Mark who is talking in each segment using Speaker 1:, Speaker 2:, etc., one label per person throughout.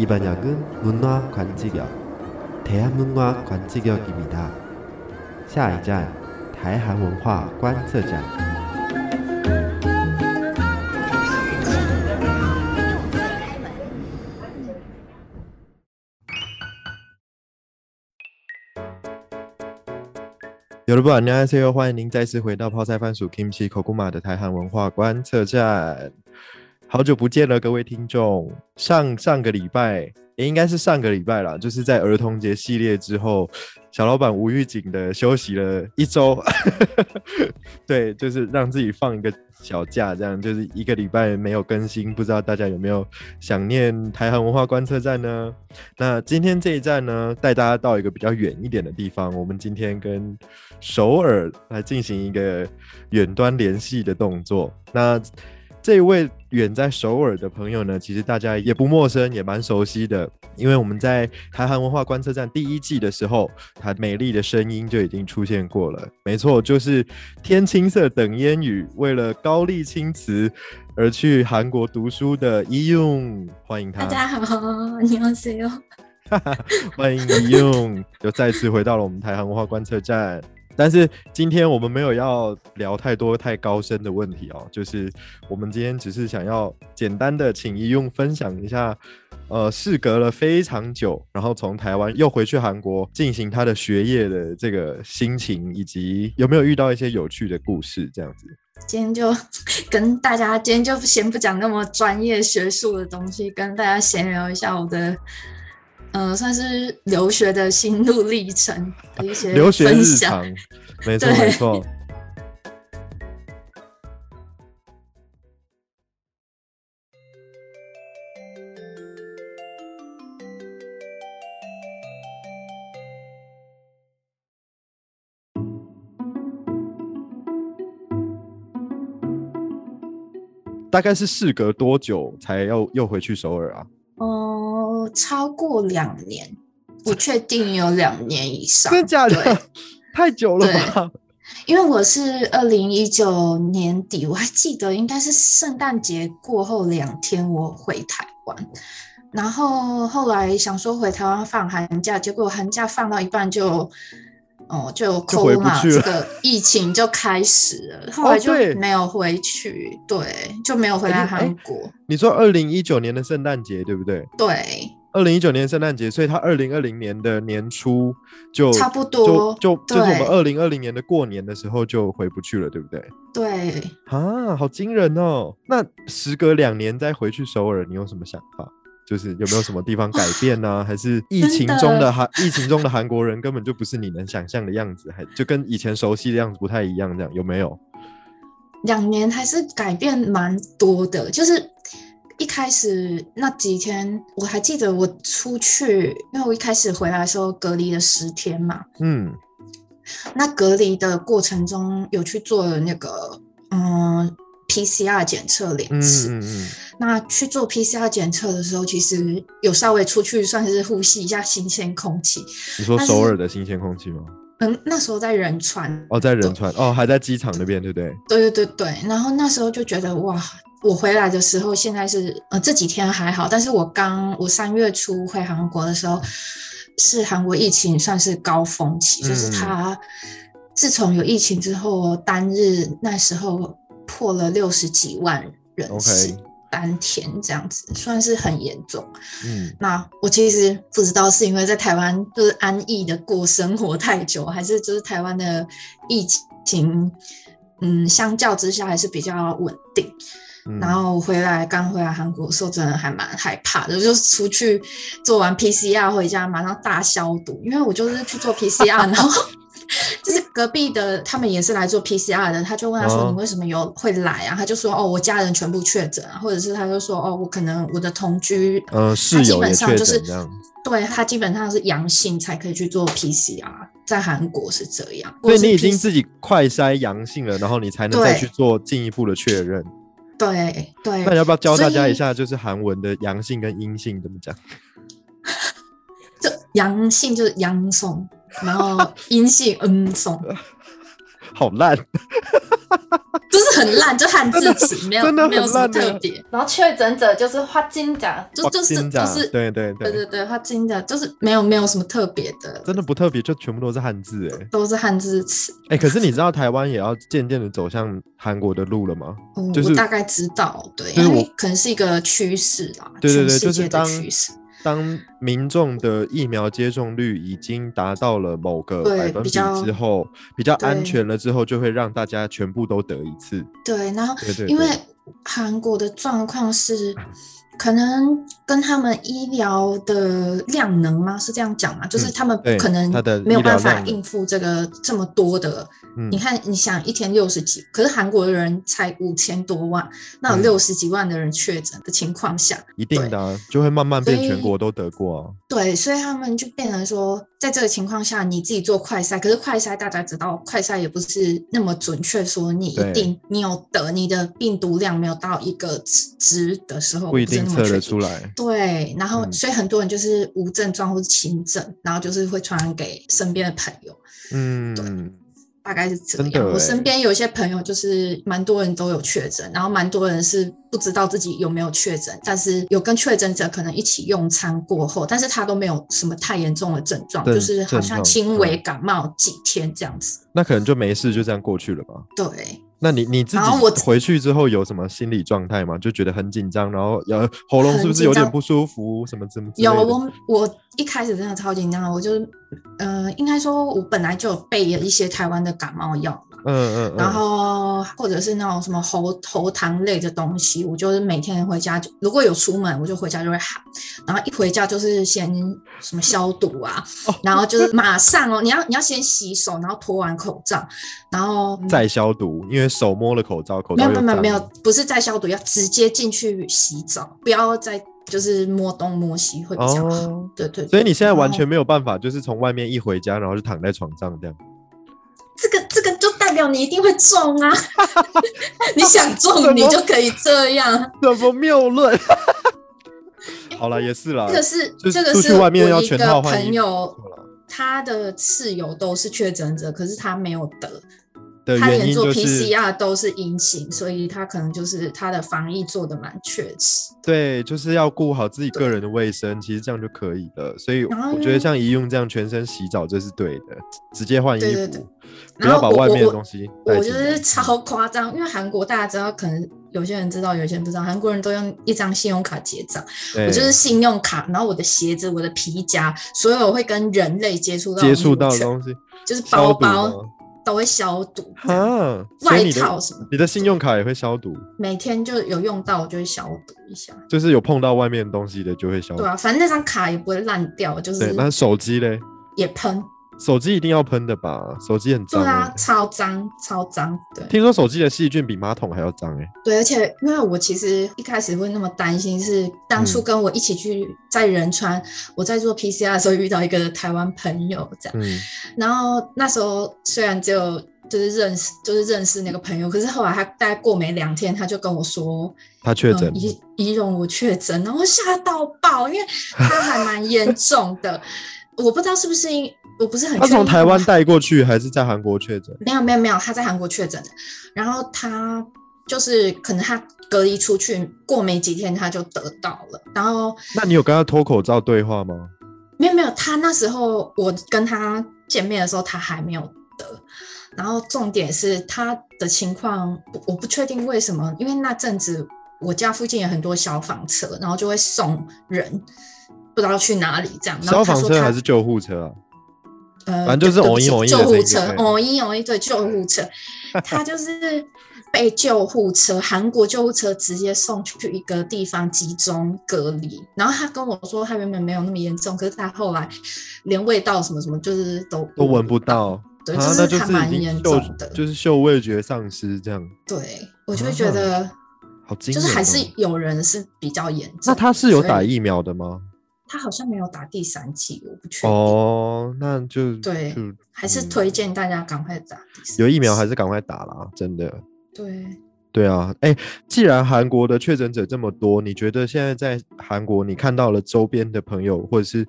Speaker 1: 이 번역은 문화 관지역, 대한문화 관지역입니다.下一站, 대한문화 관측장.有的不안녕하세요，欢迎您再次回到泡菜番薯 Kimchi Kokuma 的台韩文化观测站。好久不见了，各位听众。上上个礼拜，也应该是上个礼拜啦，就是在儿童节系列之后，小老板吴玉景的休息了一周， 对，就是让自己放一个小假，这样就是一个礼拜没有更新，不知道大家有没有想念台韩文化观测站呢？ 那今天这一站呢，带大家到一个比较远一点的地方，我们今天跟首尔来进行一个远端联系的动作。那这一位远在首尔的朋友呢，其实大家也不陌生，也蛮熟悉的，因为我们在台韩文化观测站第一季的时候，他美丽的声音就已经出现过了。没错，就是天青色等烟雨，为了高丽青瓷而去韩国读书的伊用，欢迎他。
Speaker 2: 大家好， 你好 C E 哟。
Speaker 1: 欢迎你用，又再次回到了我们台韩文化观测站。但是今天我们没有要聊太多太高深的问题哦，就是我们今天只是想要简单的请一用分享一下，呃，事隔了非常久，然后从台湾又回去韩国进行他的学业的这个心情，以及有没有遇到一些有趣的故事这样子。
Speaker 2: 今天就 跟大家，今天就先不讲那么专业学术的东西，跟大家闲聊一下我的，呃，算是留学的心路历程的一些
Speaker 1: 留学
Speaker 2: 分
Speaker 1: 日
Speaker 2: 享
Speaker 1: 常。， 没错
Speaker 2: 对
Speaker 1: 没错。大概是事隔多久才要又回去首尔啊？
Speaker 2: 哦、超过两年，我确定有两年以上。
Speaker 1: 真假
Speaker 2: 对
Speaker 1: 的？ 太久了吧？
Speaker 2: 因为我是二零一九年底，我还记得应该是圣诞节过后两天我回台湾，然后后来想说回台湾放寒假，结果寒假放到一半就。哦，就
Speaker 1: 就回不
Speaker 2: corona
Speaker 1: 去了哦
Speaker 2: 这个疫情就开始了，后来就
Speaker 1: 对
Speaker 2: 没有回去，对，就没有回来
Speaker 1: 哎
Speaker 2: 韩国，
Speaker 1: 你说二零一九年的圣诞节对不对？
Speaker 2: 对，
Speaker 1: 二零一九年圣诞节，所以他二零二零年的年初就
Speaker 2: 差不多
Speaker 1: 就就就是我们
Speaker 2: 对
Speaker 1: 二零二零年的过年的时候就回不去了，对不对？
Speaker 2: 对，
Speaker 1: 啊，好惊人哦！那时隔两年再回去首尔，你有什么想法？就是有没有什么地方改变 呢、还是疫情中的韩疫情中的韩国人根本就不是你能想象的样子，还就跟以前熟悉的样子不太一样？这样有没有？
Speaker 2: 两年还是改变蛮多的，就是一开始那几天，我还记得我出去，因为我一开始回来的时候隔离了十天嘛，
Speaker 1: 嗯，
Speaker 2: 那隔离的过程中有去做了那个嗯 PCR 检测两
Speaker 1: 嗯
Speaker 2: 次，
Speaker 1: 嗯嗯，
Speaker 2: 那去做 PCR 检测的时候，其实有稍微出去算是呼吸一下新鲜空气，
Speaker 1: 你说
Speaker 2: 但是
Speaker 1: 首尔的新鲜空气吗？
Speaker 2: 嗯，那时候在仁川，
Speaker 1: 哦，在仁川，哦，还在机场那边，对不对？
Speaker 2: 对对对对，然后那时候就觉得哇，我回来的时候现在是呃这几天还好，但是我刚我三月初回韩国的时候，是韩国疫情算是高峰期，就是
Speaker 1: 嗯
Speaker 2: 它自从有疫情之后，单日那时候破了六十几万人
Speaker 1: OK
Speaker 2: 次单天这样子，算是很严重。
Speaker 1: 嗯，
Speaker 2: 那我其实不知道是因为在台湾就是安逸的过生活太久，还是就是台湾的疫情，嗯，相较之下还是比较稳定。
Speaker 1: 嗯
Speaker 2: 然后回来刚回来韩国的时候，真的还蛮害怕的，就是出去做完 PCR 回家马上大消毒，因为我就是去做 PCR，然后就是隔壁的他们也是来做 PCR 的，他就问他说
Speaker 1: 哦
Speaker 2: 你为什么有会来啊？他就说哦我家人全部确诊啊，或者是他就说哦我可能我的同居
Speaker 1: 呃室
Speaker 2: 他基
Speaker 1: 友也
Speaker 2: 本上
Speaker 1: 确
Speaker 2: 就是
Speaker 1: 诊这样，
Speaker 2: 对他基本上是阳性才可以去做 PCR，在韩国是这样。
Speaker 1: 所以你已
Speaker 2: 或是
Speaker 1: 经
Speaker 2: P-
Speaker 1: 自己快筛阳性了，然后你才能
Speaker 2: 对
Speaker 1: 再去做进一步的确认。
Speaker 2: 对
Speaker 1: 那你
Speaker 2: 对，
Speaker 1: 要不要教大家
Speaker 2: 所以
Speaker 1: 一下，就是韩文的阳性跟阴性怎么讲？
Speaker 2: 就阳性就是阳松，然后阴性嗯松，
Speaker 1: 好烂，
Speaker 2: 就是很烂，就汉字词，没有
Speaker 1: 真的
Speaker 2: 没有
Speaker 1: 很
Speaker 2: 什么
Speaker 1: 烂的
Speaker 2: 特别，
Speaker 3: 然后确诊者就是花金奖，
Speaker 2: 就就是
Speaker 1: 金
Speaker 2: 就
Speaker 1: 掌
Speaker 2: 是
Speaker 1: 对对
Speaker 2: 对
Speaker 1: 对，
Speaker 2: 对对，它真的就是没有没有什么特别的，
Speaker 1: 真的不特别，就全部都是汉字哎、欸、
Speaker 2: 都是汉字词。
Speaker 1: 哎、可是你知道台湾也要渐渐的走向韩国的路了吗？
Speaker 2: 嗯
Speaker 1: 就是
Speaker 2: 我大概知道，对，
Speaker 1: 就是
Speaker 2: 因为
Speaker 1: 我
Speaker 2: 可能是一个趋势啦，
Speaker 1: 对对对，
Speaker 2: 全世
Speaker 1: 就是
Speaker 2: 界的
Speaker 1: 当
Speaker 2: 趋势，
Speaker 1: 当民众的疫苗接种率已经达到了某个
Speaker 2: 对
Speaker 1: 百分比
Speaker 2: 比较
Speaker 1: 之后，比较安
Speaker 2: 对
Speaker 1: 全了之后，就会让大家全部都得一次。
Speaker 2: 对，然后
Speaker 1: 对对对，
Speaker 2: 因为韩国的状况是，可能跟他们医疗的量能吗？是这样讲吗？就是
Speaker 1: 嗯
Speaker 2: 他们
Speaker 1: 对
Speaker 2: 可能
Speaker 1: 它的
Speaker 2: 没有
Speaker 1: 医疗
Speaker 2: 办法
Speaker 1: 量能
Speaker 2: 应付这个这么多的。
Speaker 1: 嗯
Speaker 2: 你看，你想一天六十几，可是韩国人才五千多万，那有
Speaker 1: 嗯
Speaker 2: 六十几万的人确诊的情况下，
Speaker 1: 一定的啊、就会慢慢变
Speaker 2: 所以
Speaker 1: 全国都得过、啊。
Speaker 2: 对，所以他们就变成说，在这个情况下，你自己做快筛，可是快筛大家知道，快筛也不是那么准确，说你
Speaker 1: 对
Speaker 2: 一定你有得，你的病毒量没有到一个值值的时候，
Speaker 1: 不一
Speaker 2: 是
Speaker 1: 定
Speaker 2: 那么
Speaker 1: 测
Speaker 2: 确
Speaker 1: 得
Speaker 2: 定
Speaker 1: 出。来。
Speaker 2: 对，然后
Speaker 1: 嗯
Speaker 2: 所以很多人就是无症状或是轻症，然后就是会传染给身边的朋友，
Speaker 1: 嗯，
Speaker 2: 大概是这
Speaker 1: 真的
Speaker 2: 样。
Speaker 1: 欸
Speaker 2: 我身边有一些朋友就是蛮多人都有确诊，然后蛮多人是不知道自己有没有确诊，但是有跟确诊者可能一起用餐过后，但是他都没有什么太严重的症状，
Speaker 1: 症
Speaker 2: 就是好
Speaker 1: 症
Speaker 2: 像
Speaker 1: 状嗯
Speaker 2: 轻微感冒几天这样子。
Speaker 1: 那可能就没事，就这样过去了吧。
Speaker 2: 对，
Speaker 1: 那你你自
Speaker 2: 然后我
Speaker 1: 己回去之后有什么心理状态吗？就觉得很紧张，然后呃喉咙是不是有点不舒服，什么什么之类
Speaker 2: 有
Speaker 1: 的？
Speaker 2: 我我一开始真的超紧张的，我就是，呃，应该说我本来就有备了一些台湾的感冒药嘛。
Speaker 1: 嗯嗯嗯，
Speaker 2: 然后或者是那种什么喉喉糖类的东西，我就是每天回家就如果有出门，我就回家就会喊，然后一回家就是先什么消毒啊，
Speaker 1: 哦
Speaker 2: 然后就是马上哦，你要你要先洗手，然后脱完口罩，然后
Speaker 1: 再消毒，因为手摸了口罩，口
Speaker 2: 没
Speaker 1: 罩
Speaker 2: 有
Speaker 1: 又
Speaker 2: 没有没有
Speaker 1: 脏
Speaker 2: 没
Speaker 1: 了，
Speaker 2: 有不是在消毒，要直接进去洗澡，不要再就是摸东摸西会比较好。
Speaker 1: 哦。
Speaker 2: 对对对
Speaker 1: 所以你现在完
Speaker 2: 然
Speaker 1: 全没有办法，就是从外面一回家，然后就躺在床上这样。
Speaker 2: 后这个这个就代表你一定会中 啊！ 你想中你就可以这样。
Speaker 1: 什么谬论？好了，也是啦
Speaker 2: 哎这。个是
Speaker 1: 就
Speaker 2: 这个
Speaker 1: 出
Speaker 2: 是
Speaker 1: 去外面
Speaker 2: 我
Speaker 1: 要
Speaker 2: 一
Speaker 1: 全
Speaker 2: 个
Speaker 1: 套换衣服
Speaker 2: 朋友，他的室友都是确诊者，可是他没有得，
Speaker 1: 的
Speaker 2: 他
Speaker 1: 原
Speaker 2: 连
Speaker 1: 因
Speaker 2: 做
Speaker 1: 就是，
Speaker 2: PCR 都是阴性，所以他可能就是他的防疫做的蛮确实。
Speaker 1: 对，就是要顾好自己个人的卫生，其实这样就可以了。所以
Speaker 2: 然后
Speaker 1: 我
Speaker 2: 呢
Speaker 1: 觉得像一用这样全身洗澡这是对的，直接换衣
Speaker 2: 对对对
Speaker 1: 服，不
Speaker 2: 然
Speaker 1: 要
Speaker 2: 后
Speaker 1: 把
Speaker 2: 我
Speaker 1: 外
Speaker 2: 我
Speaker 1: 面的
Speaker 2: 我
Speaker 1: 东西
Speaker 2: 我
Speaker 1: 带
Speaker 2: 觉
Speaker 1: 进来。嗯
Speaker 2: 得超夸张，因为韩国大家知道，可能有些人知道，有些人不知道，韩国人都用一张信用卡结账。
Speaker 1: 对
Speaker 2: 我就是信用卡，然后我的鞋子、我的皮夹，所有会跟人类接触到的
Speaker 1: 接触到
Speaker 2: 物
Speaker 1: 的
Speaker 2: 全
Speaker 1: 东西，
Speaker 2: 就是
Speaker 1: 消
Speaker 2: 包
Speaker 1: 毒吗
Speaker 2: 包都会消毒，
Speaker 1: 哈，所以
Speaker 2: 外
Speaker 1: 你
Speaker 2: 套
Speaker 1: 的
Speaker 2: 什么
Speaker 1: 你的信用卡也会消毒，
Speaker 2: 每天就有用到，我就会消毒一下。
Speaker 1: 就是有碰到外面的东西的就会消毒
Speaker 2: 对。啊，反正那张卡也不会烂掉，就
Speaker 1: 对，
Speaker 2: 是
Speaker 1: 那手机嘞？
Speaker 2: 也喷。
Speaker 1: 手机一定要喷的吧？手机很
Speaker 2: 对
Speaker 1: 脏
Speaker 2: 啊
Speaker 1: 欸。，
Speaker 2: 超脏，超脏。对
Speaker 1: 听说手机的细菌比马桶还要脏哎。
Speaker 2: 对，而且因为我其实一开始会那么担心，是当初
Speaker 1: 嗯
Speaker 2: 跟我一起去在仁川，我在做 PCR 的时候遇到一个台湾朋友这样。
Speaker 1: 嗯，
Speaker 2: 然后那时候虽然只有就是认识，就是认识那个朋友，可是后来他大概过没两天，他就跟我说，
Speaker 1: 他确诊
Speaker 2: 嗯，仪仪容我确诊，然后吓到爆，因为他还 蛮严重的，我不知道是不是因，我不是很
Speaker 1: 他
Speaker 2: 确定
Speaker 1: 从台湾带过去还是在韩国确诊？
Speaker 2: 没有没有没有，他在韩国确诊的，然后他就是可能他隔离出去，过没几天他就得到了，然后
Speaker 1: 那你有跟他脱口罩对话吗？
Speaker 2: 没有没有，他那时候我跟他见面的时候，他还没有得。然后重点是他的情况，我我不确定为什么，因为那阵子我家附近有很多消防车，然后就会送人，不知道去哪里这样。然
Speaker 1: 消
Speaker 2: 后他
Speaker 1: 防
Speaker 2: 说
Speaker 1: 车
Speaker 2: 他
Speaker 1: 还是救护车啊？
Speaker 2: 呃，
Speaker 1: 反正就是
Speaker 2: 对对
Speaker 1: 偶一
Speaker 2: 不
Speaker 1: 偶一哎
Speaker 2: 起
Speaker 1: 的
Speaker 2: 救护
Speaker 1: 声音
Speaker 2: 车，
Speaker 1: 就对了
Speaker 2: 偶一偶一对救护 车，他就是被救护车，韩国救护车直接送去一个地方集中隔离。然后他跟我说，他原本没有那么严重，可是他后来连味道什么什么就是都
Speaker 1: 都闻不，到，
Speaker 2: 嗯对，
Speaker 1: 啊，那
Speaker 2: 是
Speaker 1: 就
Speaker 2: 还
Speaker 1: 是
Speaker 2: 蛮
Speaker 1: 已
Speaker 2: 严
Speaker 1: 经嗅
Speaker 2: 重的。
Speaker 1: 就是嗅味觉丧失这样，
Speaker 2: 对，我就会觉得，
Speaker 1: 好惊
Speaker 2: 就
Speaker 1: 人、哦。
Speaker 2: 是还是有人是比较严重的。
Speaker 1: 那他是有打
Speaker 2: 所以
Speaker 1: 疫苗的吗？
Speaker 2: 他好像没有打第三剂，我不确定。
Speaker 1: 哦，那就
Speaker 2: 对
Speaker 1: 就
Speaker 2: 还是
Speaker 1: 嗯
Speaker 2: 推荐大家赶快打第三
Speaker 1: 有疫苗还
Speaker 2: 剂
Speaker 1: 是赶快打啦，真的。
Speaker 2: 对。
Speaker 1: 对啊，哎、既然韩国的确诊者这么多，你觉得现在在韩国，你看到了周边的朋友，或者是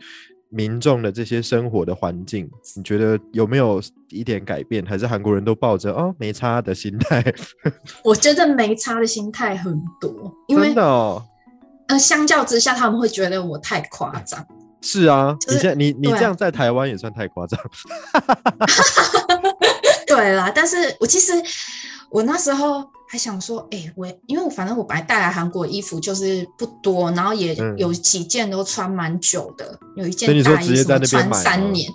Speaker 1: 民众的这些生活的环境，你觉得有没有一点改变？还是韩国人都抱着哦没差的心态？
Speaker 2: 我觉得没差的心态很多，因 为
Speaker 1: 真的、哦、
Speaker 2: 呃，相较之下，他们会觉得我太夸张。
Speaker 1: 是啊，
Speaker 2: 就是
Speaker 1: 你现在你你
Speaker 2: 对啊
Speaker 1: 这样在台湾也算太夸张。
Speaker 2: 对啦，但是我其实我那时候还想说，哎、我因为我反正我本来带来韩国衣服就是不多，然后也
Speaker 1: 嗯
Speaker 2: 有几件都穿蛮久的，有一件
Speaker 1: 所以你说
Speaker 2: 大
Speaker 1: 直
Speaker 2: 衣
Speaker 1: 接
Speaker 2: 什
Speaker 1: 在那
Speaker 2: 么
Speaker 1: 边
Speaker 2: 穿
Speaker 1: 买吗
Speaker 2: 三年，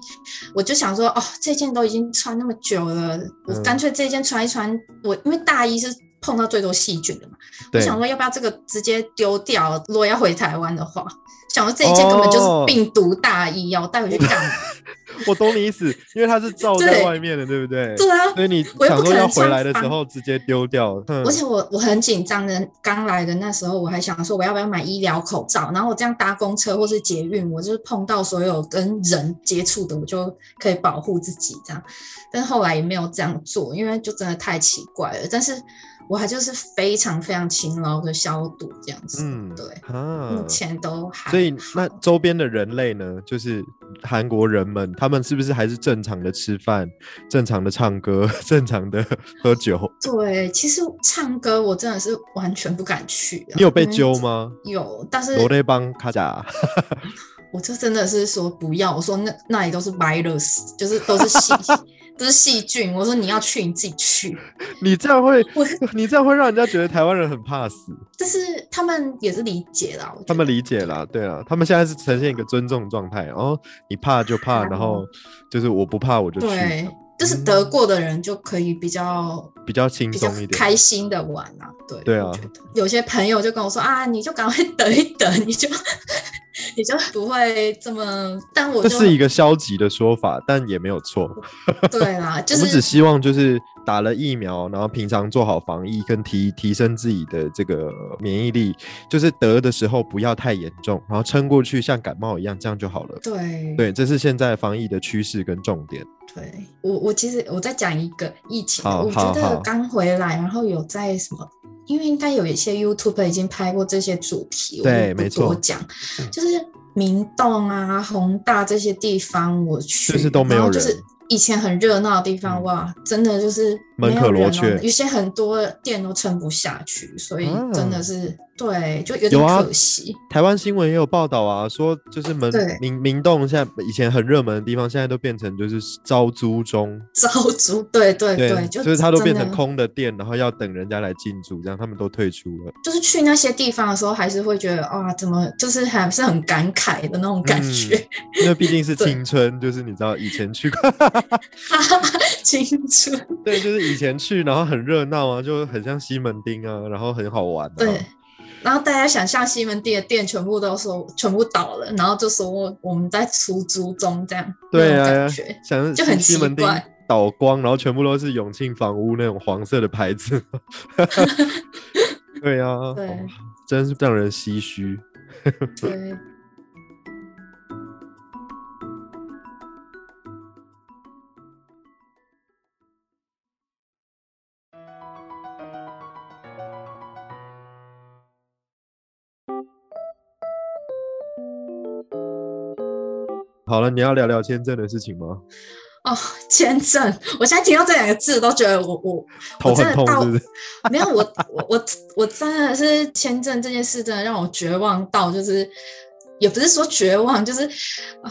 Speaker 2: 我就想说，哦，这件都已经穿那么久了，我
Speaker 1: 嗯
Speaker 2: 干脆这件穿一穿。我因为大衣是碰到最多细菌的嘛，我
Speaker 1: 对，
Speaker 2: 想说要不要这个直接丢掉？如果要回台湾的话，想说这一件根本
Speaker 1: 哦
Speaker 2: 就是病毒大衣要带回去干嘛？
Speaker 1: 我懂你意思，因为它是罩在
Speaker 2: 对
Speaker 1: 外面的，对不对？
Speaker 2: 对啊，
Speaker 1: 所以你
Speaker 2: 我又
Speaker 1: 想
Speaker 2: 不
Speaker 1: 说
Speaker 2: 可
Speaker 1: 要
Speaker 2: 能
Speaker 1: 回
Speaker 2: 穿
Speaker 1: 来的时
Speaker 2: 防
Speaker 1: 候直接丢掉，嗯
Speaker 2: 而，且我我很紧张的，刚来的那时候我还想说我要不要买医疗口罩，然后我这样搭公车或是捷运，我就是碰到所有跟人接触的，我就可以保护自己这样。但是后来也没有这样做，因为就真的太奇怪了。但是我还就是非常非常勤劳的消毒这样子，
Speaker 1: 嗯
Speaker 2: 对，
Speaker 1: 啊
Speaker 2: 目，前都还
Speaker 1: 所以
Speaker 2: 好
Speaker 1: 那周边的人类呢，就是韩国人们，他们是不是还是正常的吃饭、正常的唱歌、 正常的喝酒？
Speaker 2: 对，其实唱歌我真的是完全不敢去、啊。
Speaker 1: 你有被
Speaker 2: 因为
Speaker 1: 揪吗？
Speaker 2: 有，但是
Speaker 1: 罗内帮卡甲，
Speaker 2: 我就真的是说不要，我说那那里都是 virus，就是都是细 都是细菌。我说你要去你自己去，
Speaker 1: 你这样会
Speaker 2: 我，
Speaker 1: 你这样会让人家觉得台湾人很怕死。
Speaker 2: 但是他们也是理解啦，我觉
Speaker 1: 他们
Speaker 2: 得
Speaker 1: 理解啦，对啦，他们现在是呈现一个尊重状态，哦，你怕就怕，然后就是我不怕我就去，
Speaker 2: 对，就是得过的人就可以比较
Speaker 1: 比较轻
Speaker 2: 比较
Speaker 1: 松一点。
Speaker 2: 开心的玩啊，对，
Speaker 1: 对啊
Speaker 2: 我觉得有些朋友就跟我说啊，你就赶快 等一等，你就你就不会这么，但我
Speaker 1: 这
Speaker 2: 就是
Speaker 1: 一个消极的说法，但也没有错。
Speaker 2: 对啦，就
Speaker 1: 我们只
Speaker 2: 是
Speaker 1: 希望就是打了疫苗，然后平常做好防疫，跟提提升自己的这个免疫力，就是得的时候不要太严重，然后撑过去，像感冒一样，这样就好了。
Speaker 2: 对
Speaker 1: 对，这是现在防疫的趋势跟重点。
Speaker 2: 对我，我其实我再讲一个疫情的，
Speaker 1: 好
Speaker 2: 我
Speaker 1: 好
Speaker 2: 觉得
Speaker 1: 好
Speaker 2: 刚回来，然后有在什么，因为应该有一些 YouTube 已经拍过这些主题，我
Speaker 1: 对
Speaker 2: 就不
Speaker 1: 没错
Speaker 2: 多讲，就是明洞啊、宏大这些地方我去，
Speaker 1: 就是都没有
Speaker 2: 然后就是
Speaker 1: 人
Speaker 2: 以前很热闹的地方，
Speaker 1: 嗯
Speaker 2: 哇，真的就是
Speaker 1: 门
Speaker 2: 没有
Speaker 1: 可罗
Speaker 2: 人哦
Speaker 1: 雀
Speaker 2: 有些很多店都撑不下去，所以
Speaker 1: 啊
Speaker 2: 真的是、对，就有
Speaker 1: 有
Speaker 2: 点
Speaker 1: 啊
Speaker 2: 可惜。
Speaker 1: 台湾新闻也有报道啊，说就是门
Speaker 2: 对
Speaker 1: 明明洞现在以前很热门的地方，现在都变成就是招租中，
Speaker 2: 招租，对对对，就
Speaker 1: 就是它都变
Speaker 2: 真
Speaker 1: 成
Speaker 2: 的
Speaker 1: 空的店，然后要等人家来进驻，这样他们都退出了。
Speaker 2: 就是去那些地方的时候，还是会觉得啊，怎么就是还是很感慨的那种感
Speaker 1: 嗯
Speaker 2: 觉，
Speaker 1: 因为毕竟是
Speaker 2: 对
Speaker 1: 青春，就是你知道以前去过，
Speaker 2: 哈哈哈，青春。
Speaker 1: 对，就是以前去，然后很热闹啊，就很像西门町啊，然后很好玩、啊。
Speaker 2: 对，然后大家想象西门町的店全部都说全部倒了，然后就说我我们在出租中这样，
Speaker 1: 对
Speaker 2: 那种
Speaker 1: 啊
Speaker 2: 感觉，
Speaker 1: 想
Speaker 2: 就很
Speaker 1: 西
Speaker 2: 奇
Speaker 1: 门町
Speaker 2: 怪
Speaker 1: 倒光，然后全部都是永庆房屋那种黄色的牌 子。 对啊，
Speaker 2: 对
Speaker 1: 哦真是让人唏嘘。
Speaker 2: 对。
Speaker 1: 好了，你要聊聊签证的事情吗？
Speaker 2: 哦，签证！我现在听到这两个字都觉得我我
Speaker 1: 头
Speaker 2: 真
Speaker 1: 很
Speaker 2: 的
Speaker 1: 痛，
Speaker 2: 到
Speaker 1: 是不是？
Speaker 2: 没有，我我我我真的是签证这件事，真的让我绝望到，就是也不是说绝望，就是啊，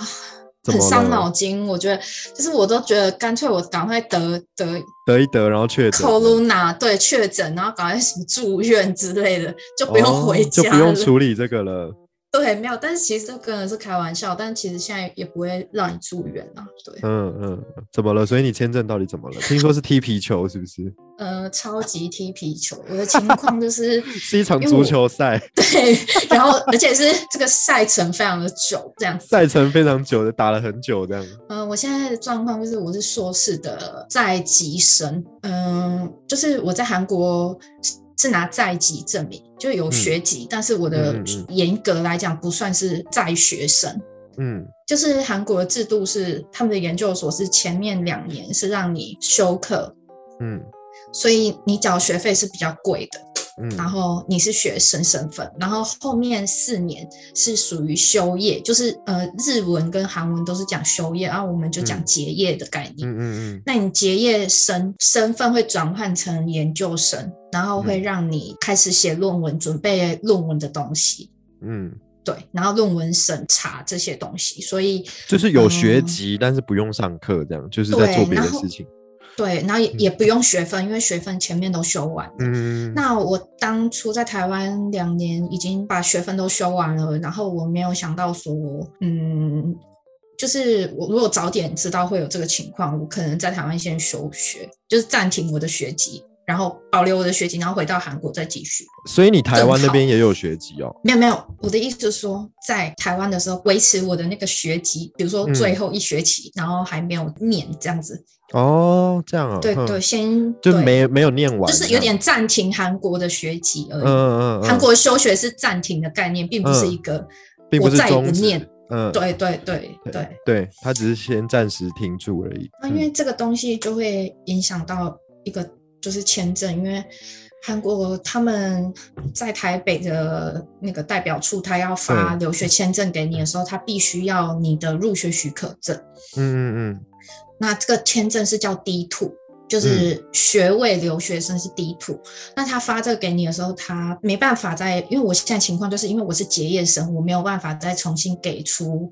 Speaker 1: 怎么
Speaker 2: 很
Speaker 1: 了
Speaker 2: 伤脑筋。我觉得，就是我都觉得干脆我赶快得得
Speaker 1: 得一得，然后确诊了，
Speaker 2: corona 对确诊，然后赶快什么住院之类的，就不用
Speaker 1: 哦
Speaker 2: 回
Speaker 1: 就
Speaker 2: 家
Speaker 1: 不
Speaker 2: 了。
Speaker 1: 用处理这个了。
Speaker 2: 对，没有。但是其实这个人是开玩笑，但其实现在也不会让你住院啊。对，
Speaker 1: 嗯嗯，怎么了？所以你签证到底怎么了？听说是踢皮球，是不是？
Speaker 2: 呃，超级踢皮球，我的情况就是
Speaker 1: 是一场
Speaker 2: 因为
Speaker 1: 足
Speaker 2: 我
Speaker 1: 球赛，
Speaker 2: 对，然后而且是这个赛程非常的久，这样子。
Speaker 1: 赛程非常久的，打了很久这样。
Speaker 2: 呃，我现在的状况就是我是硕士的在籍生，嗯、就是我在韩国是是拿在籍证明，就有学籍，但是我的
Speaker 1: 嗯嗯
Speaker 2: 严格来讲不算是在学生。
Speaker 1: 嗯，
Speaker 2: 就是韩国的制度是，他们的研究所是前面两年是让你修课，
Speaker 1: 嗯，
Speaker 2: 所以你缴学费是比较贵的。
Speaker 1: 嗯
Speaker 2: 然后你是学生身份，然后后面四年是属于修业，就是呃日文跟韩文都是讲修业，然、后我们就讲
Speaker 1: 嗯
Speaker 2: 结业的概念。
Speaker 1: 嗯嗯
Speaker 2: 那你结业生身份会转换成研究生，然后会
Speaker 1: 嗯
Speaker 2: 让你开始写论文，准备论文的东西，
Speaker 1: 嗯嗯，
Speaker 2: 对，然后论文审查这些东西，所以
Speaker 1: 就是有学
Speaker 2: 嗯
Speaker 1: 籍，但是不用上课，这样就是在
Speaker 2: 对
Speaker 1: 做别的
Speaker 2: 然后
Speaker 1: 事情。
Speaker 2: 对，然后也
Speaker 1: 嗯
Speaker 2: 也不用学分，因为学分前面都修完了。
Speaker 1: 嗯，
Speaker 2: 那我当初在台湾两年，已经把学分都修完了，然后我没有想到说，嗯，就是我如果早点知道会有这个情况，我可能在台湾先休学，就是暂停我的学籍，然后保留我的学籍，然后回到韩国再继续。
Speaker 1: 所以你台湾
Speaker 2: 正
Speaker 1: 那边
Speaker 2: 好
Speaker 1: 也有学籍哦。
Speaker 2: 没有没有，我的意思是说，在台湾的时候维持我的那个学籍，比如说
Speaker 1: 嗯
Speaker 2: 最后一学期，然后还没有念这样子，
Speaker 1: 哦，这样啊，
Speaker 2: 对
Speaker 1: 哼
Speaker 2: 对，先
Speaker 1: 就
Speaker 2: 对
Speaker 1: 没没有念完
Speaker 2: 就
Speaker 1: 这样，
Speaker 2: 是有点暂停韩国的学籍而已。
Speaker 1: 嗯嗯嗯，嗯
Speaker 2: 韩国休学是暂停的概念，并不是一个
Speaker 1: 并不
Speaker 2: 我
Speaker 1: 是
Speaker 2: 再也不
Speaker 1: 终止
Speaker 2: 念。
Speaker 1: 嗯，
Speaker 2: 对对对对，
Speaker 1: 对，嗯他只是先暂时停住而已。
Speaker 2: 那因为这个东西就会影响到一个就是签证，因为韩国他们在台北的那个代表处，他要发留学签证给你的时候，他必须要你的入学许可证。
Speaker 1: 嗯嗯嗯
Speaker 2: 那这个签证是叫 D two，就是
Speaker 1: 嗯
Speaker 2: 学位留学生是 D two、那他发这个给你的时候，他没办法再，因为我现在情况就是因为我是结业生，我没有办法再重新给出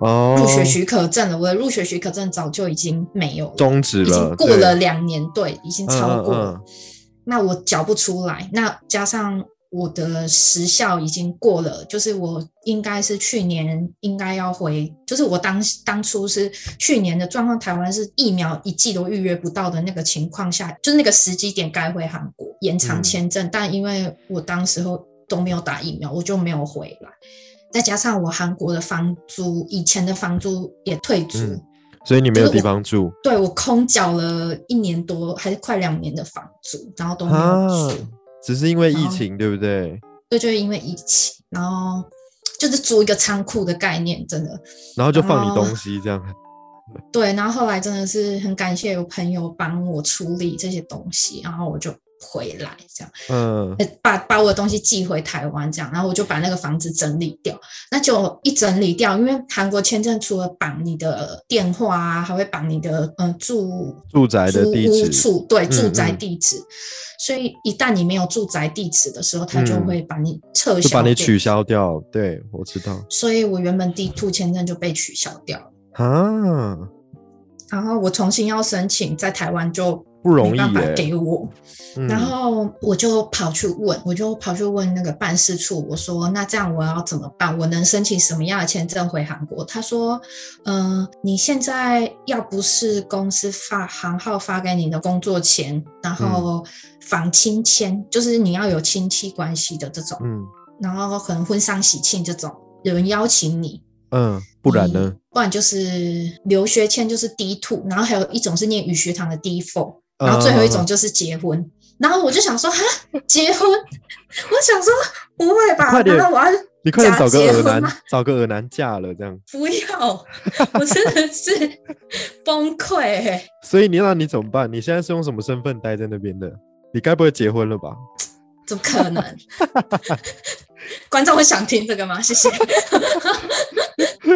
Speaker 1: 嗯，哦，
Speaker 2: 入学许可证了。我的入学许可证早就已经没有了，
Speaker 1: 终止
Speaker 2: 已
Speaker 1: 了，
Speaker 2: 经过
Speaker 1: 对
Speaker 2: 了两年，对，已经超过
Speaker 1: 嗯
Speaker 2: 了。
Speaker 1: 嗯嗯
Speaker 2: 那我缴不出来，那加上。我的时效已经过了，就是我应该是去年应该要回，就是我当当初是去年的状况，台湾是疫苗一季都预约不到的那个情况下，就是那个时机点该回韩国延
Speaker 1: 嗯
Speaker 2: 长签证，但因为我当时候都没有打疫苗，我就没有回来，再加上我韩国的房租，以前的房租也退租，
Speaker 1: 嗯所以你没有
Speaker 2: 就是
Speaker 1: 地
Speaker 2: 我
Speaker 1: 方住
Speaker 2: 对我空缴了一年多，还是快两年的房租，然后都没有
Speaker 1: 啊
Speaker 2: 住。，
Speaker 1: 只是因为疫
Speaker 2: 然后
Speaker 1: 情，对不对？
Speaker 2: 对，就是因为疫情，然后就是租一个仓库的概念，真的
Speaker 1: 然后就放你
Speaker 2: 哦
Speaker 1: 东西这样，
Speaker 2: 对。然后后来真的是很感谢有朋友帮我处理这些东西，然后我就回来这样，
Speaker 1: 嗯
Speaker 2: 呃把把我的东西寄回台湾这样，然后我就把那个房子整理掉。那就一整理掉，因为韩国签证除了绑你的电话啊，还会绑你的呃住
Speaker 1: 住宅的
Speaker 2: 租
Speaker 1: 地
Speaker 2: 屋
Speaker 1: 址
Speaker 2: 处，对，
Speaker 1: 嗯
Speaker 2: 住宅
Speaker 1: 嗯
Speaker 2: 地址。所以一旦你没有住宅地址的时候，他就
Speaker 1: 嗯
Speaker 2: 会把你撤
Speaker 1: 就
Speaker 2: 销，
Speaker 1: 把你取。消掉。对，我知道
Speaker 2: 所以我原本 D two 签证就被取消掉了，
Speaker 1: 啊，
Speaker 2: 然后我重新要申请，在台湾就
Speaker 1: 不容
Speaker 2: 没
Speaker 1: 易
Speaker 2: 办法
Speaker 1: 耶
Speaker 2: 给我。
Speaker 1: 嗯
Speaker 2: 然后我就跑去问，我就跑去问那个办事处，我说：“那这样我要怎么办？我能申请什么样的签证回韩国？”他说：“嗯、你现在要不是公司发行号发给你的工作签，
Speaker 1: 嗯
Speaker 2: 然后访亲签，就是你要有亲戚关系的这种，
Speaker 1: 嗯
Speaker 2: 然后可能婚丧喜庆这种，有人邀请你，
Speaker 1: 嗯，不然呢
Speaker 2: 你？？不然就是留学签就是 D two，然后还有一种是念语学堂的 D four，
Speaker 1: 嗯
Speaker 2: 然嗯后最后一种就是结婚。然后我就想说，哈，结婚？ 我想说不会吧？
Speaker 1: 快点
Speaker 2: 然后我要
Speaker 1: 你快点找
Speaker 2: 假
Speaker 1: 个
Speaker 2: 结
Speaker 1: 俄
Speaker 2: 婚
Speaker 1: 男
Speaker 2: 吗，
Speaker 1: 找个俄男嫁了这样。
Speaker 2: 不要？ 我真的是崩溃、欸。
Speaker 1: 所以你那你怎么办？你现在是用什么身份待在那边的？你该不会结婚了吧？
Speaker 2: 怎么可能？ 观众会想听这个吗？谢谢。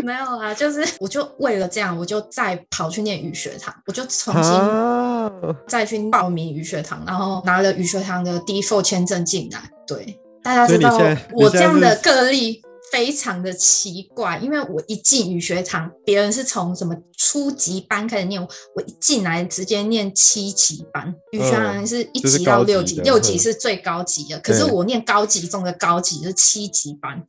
Speaker 2: 没有啦，就是我就为了这样，我就再跑去念语学堂，我就重新
Speaker 1: 啊，
Speaker 2: 再去报名语学堂，然后拿了语学堂的 D four 签证进来。对，大家
Speaker 1: 所以
Speaker 2: 知
Speaker 1: 你
Speaker 2: 道
Speaker 1: 现在
Speaker 2: 我
Speaker 1: 你现在
Speaker 2: 这样的
Speaker 1: 是
Speaker 2: 个例非常的奇怪，因为我一进语学堂，别人是从什么初级班开始念，我一进来直接念七级班，语学堂是一
Speaker 1: 嗯就是
Speaker 2: 级到
Speaker 1: 高级
Speaker 2: 六级，
Speaker 1: 的
Speaker 2: 六级
Speaker 1: 嗯
Speaker 2: 是最高级的，可是
Speaker 1: 对
Speaker 2: 我念高级中的高级就是七级班，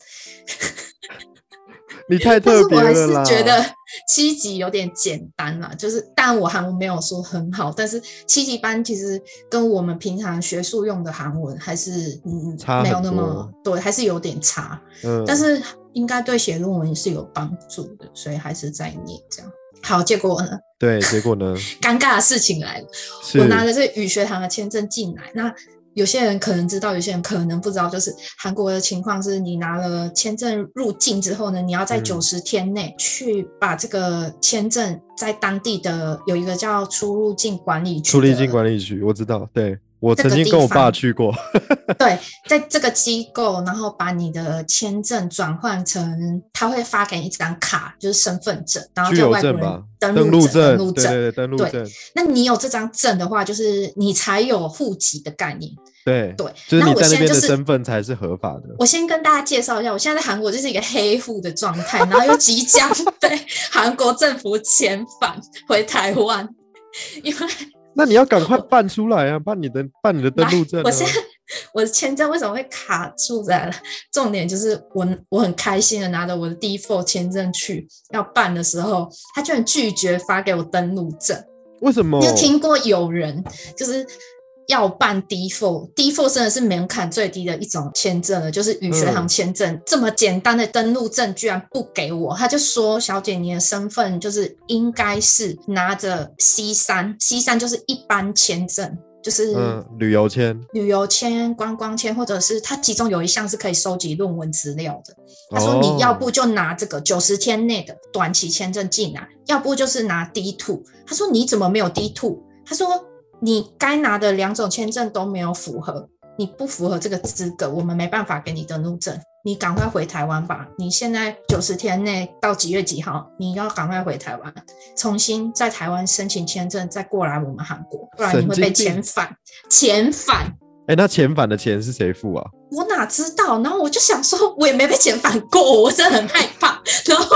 Speaker 1: 你太
Speaker 2: 但
Speaker 1: 特
Speaker 2: 是
Speaker 1: 别
Speaker 2: 我还
Speaker 1: 了
Speaker 2: 是
Speaker 1: 啦！
Speaker 2: 觉得七级有点简单啦，就是但我韩文没有说很好，但是七级班其实跟我们平常学术用的韩文还是嗯
Speaker 1: 差
Speaker 2: 没
Speaker 1: 很
Speaker 2: 有那么
Speaker 1: 多
Speaker 2: 对，还是有点差，
Speaker 1: 嗯，
Speaker 2: 但是应该对写论文是有帮助的，所以还是在念这样。好，结果呢？
Speaker 1: 对，结果 呢？
Speaker 2: 尴尬的事情来了，
Speaker 1: 是
Speaker 2: 我拿了这语学堂的签证进来，那有些人可能知道，有些人可能不知道，就是韩国的情况是你拿了签证入境之后呢，你要在
Speaker 1: 嗯
Speaker 2: 九十天内去把这个签证在当地的有一个叫出入境管理局
Speaker 1: 出入
Speaker 2: 的
Speaker 1: 境管理局，我知道，对，我
Speaker 2: 这
Speaker 1: 曾
Speaker 2: 个
Speaker 1: 经
Speaker 2: 地
Speaker 1: 跟我爸
Speaker 2: 方
Speaker 1: 去过，
Speaker 2: 对，在这个机构，然后把你的签证转换成，他会发给你一张卡，就是身份证，然后
Speaker 1: 居
Speaker 2: 叫
Speaker 1: 留
Speaker 2: 外国
Speaker 1: 证吧
Speaker 2: 人，登
Speaker 1: 登
Speaker 2: 录
Speaker 1: 录
Speaker 2: 证，
Speaker 1: 证，
Speaker 2: 登录
Speaker 1: 对
Speaker 2: 证。
Speaker 1: 对对，登录
Speaker 2: 对
Speaker 1: 证，
Speaker 2: 那你有这张证的话，就是你才有户籍的概念。
Speaker 1: 对
Speaker 2: 对，
Speaker 1: 就是
Speaker 2: 那
Speaker 1: 你
Speaker 2: 我
Speaker 1: 在那
Speaker 2: 现在
Speaker 1: 边
Speaker 2: 就
Speaker 1: 的
Speaker 2: 是
Speaker 1: 身份才是合法的。
Speaker 2: 我先跟大家介绍一下，我现在在韩国就是一个黑户的状态，然后又即将被韩国政府遣返回台湾，因为
Speaker 1: 那你要赶快办出来啊，办你的办你的登
Speaker 2: 来
Speaker 1: 录证、啊。
Speaker 2: 我现在我的签证为什么会卡住在了？重点就是我我很开心的拿着我的 D4 签证去要办的时候，他居然拒绝发给我登录证。
Speaker 1: 为什么
Speaker 2: 你？有听过有人就是要办 D4，D4 真的是门槛最低的一种签证了，就是语学堂
Speaker 1: 嗯
Speaker 2: 签证、这么简单的登录证居然不给我，他就说：“小姐，你的身份就是应该是拿着 C 三，C 三就是一般签证，就是
Speaker 1: 嗯，旅游签，
Speaker 2: 旅游签、观光签，或者是它其中有一项是可以收集论文资料的。他说你要不
Speaker 1: 哦、
Speaker 2: 就拿这个九十天内的短期签证进来，要不就是拿 D two。他说你怎么没有 D two？他说你该拿的两种签证都没有符合，你不符合这个资格，我们没办法给你登录证。你赶快回台湾吧！你现在九十天内到几月几号，你要赶快回台湾，重新在台湾申请签证，再过来我们韩国，不然你
Speaker 1: 神
Speaker 2: 会被
Speaker 1: 经病
Speaker 2: 遣返。遣返，
Speaker 1: 哎、那遣返的钱是谁付啊？
Speaker 2: 我哪知道？然后我就想说，我也没被遣返过，我真的很害怕。然后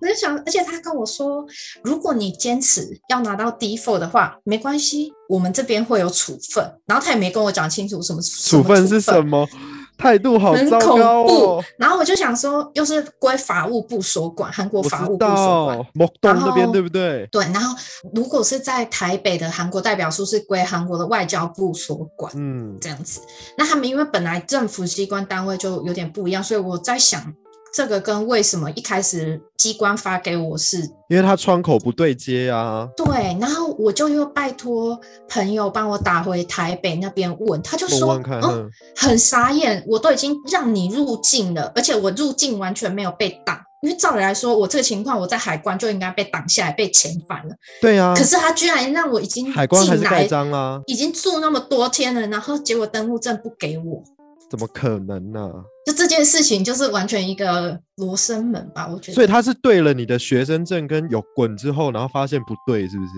Speaker 2: 我就想，而且他跟我说，如果你坚持要拿到 D4 的话，没关系，我们这边会有处分。然后他也没跟我讲清楚什么
Speaker 1: 处分是什
Speaker 2: 么
Speaker 1: 么？态度好
Speaker 2: 很
Speaker 1: 糟
Speaker 2: 恐
Speaker 1: 糕
Speaker 2: 怖
Speaker 1: 哦！。
Speaker 2: 然后我就想说，又是归法务部所管，韩国
Speaker 1: 我
Speaker 2: 法务
Speaker 1: 知
Speaker 2: 部所管。
Speaker 1: 道，목동那
Speaker 2: 然后
Speaker 1: 边对不对？
Speaker 2: 对，然后如果是在台北的韩国代表处是归韩国的外交部所管。
Speaker 1: 嗯，
Speaker 2: 这样子。那他们因为本来政府机关单位就有点不一样，所以我在想，这个跟为什么一开始机关发给我是
Speaker 1: 因为他窗口不对接啊。
Speaker 2: 对，然后我就又拜托朋友帮我打回台北那边问，他就
Speaker 1: 问
Speaker 2: 说，
Speaker 1: 问看，
Speaker 2: 嗯，
Speaker 1: 嗯
Speaker 2: 很傻眼，我都已经让你入境了，而且我入境完全没有被挡。因为照理来说，我这个情况我在海关就应该被挡下来、被遣返了。
Speaker 1: 对啊
Speaker 2: 可。是他居然让我已经
Speaker 1: 海关还是
Speaker 2: 进
Speaker 1: 盖
Speaker 2: 来，
Speaker 1: 章啊啦、
Speaker 2: 已经住那么多天了，然后结果登录证不给我，
Speaker 1: 怎么可能啊呢、
Speaker 2: 就这件事情就是完全一个罗生门吧，我觉得。
Speaker 1: 所以他是对了你的学生证跟有滚之后，然后发现不对，是不是？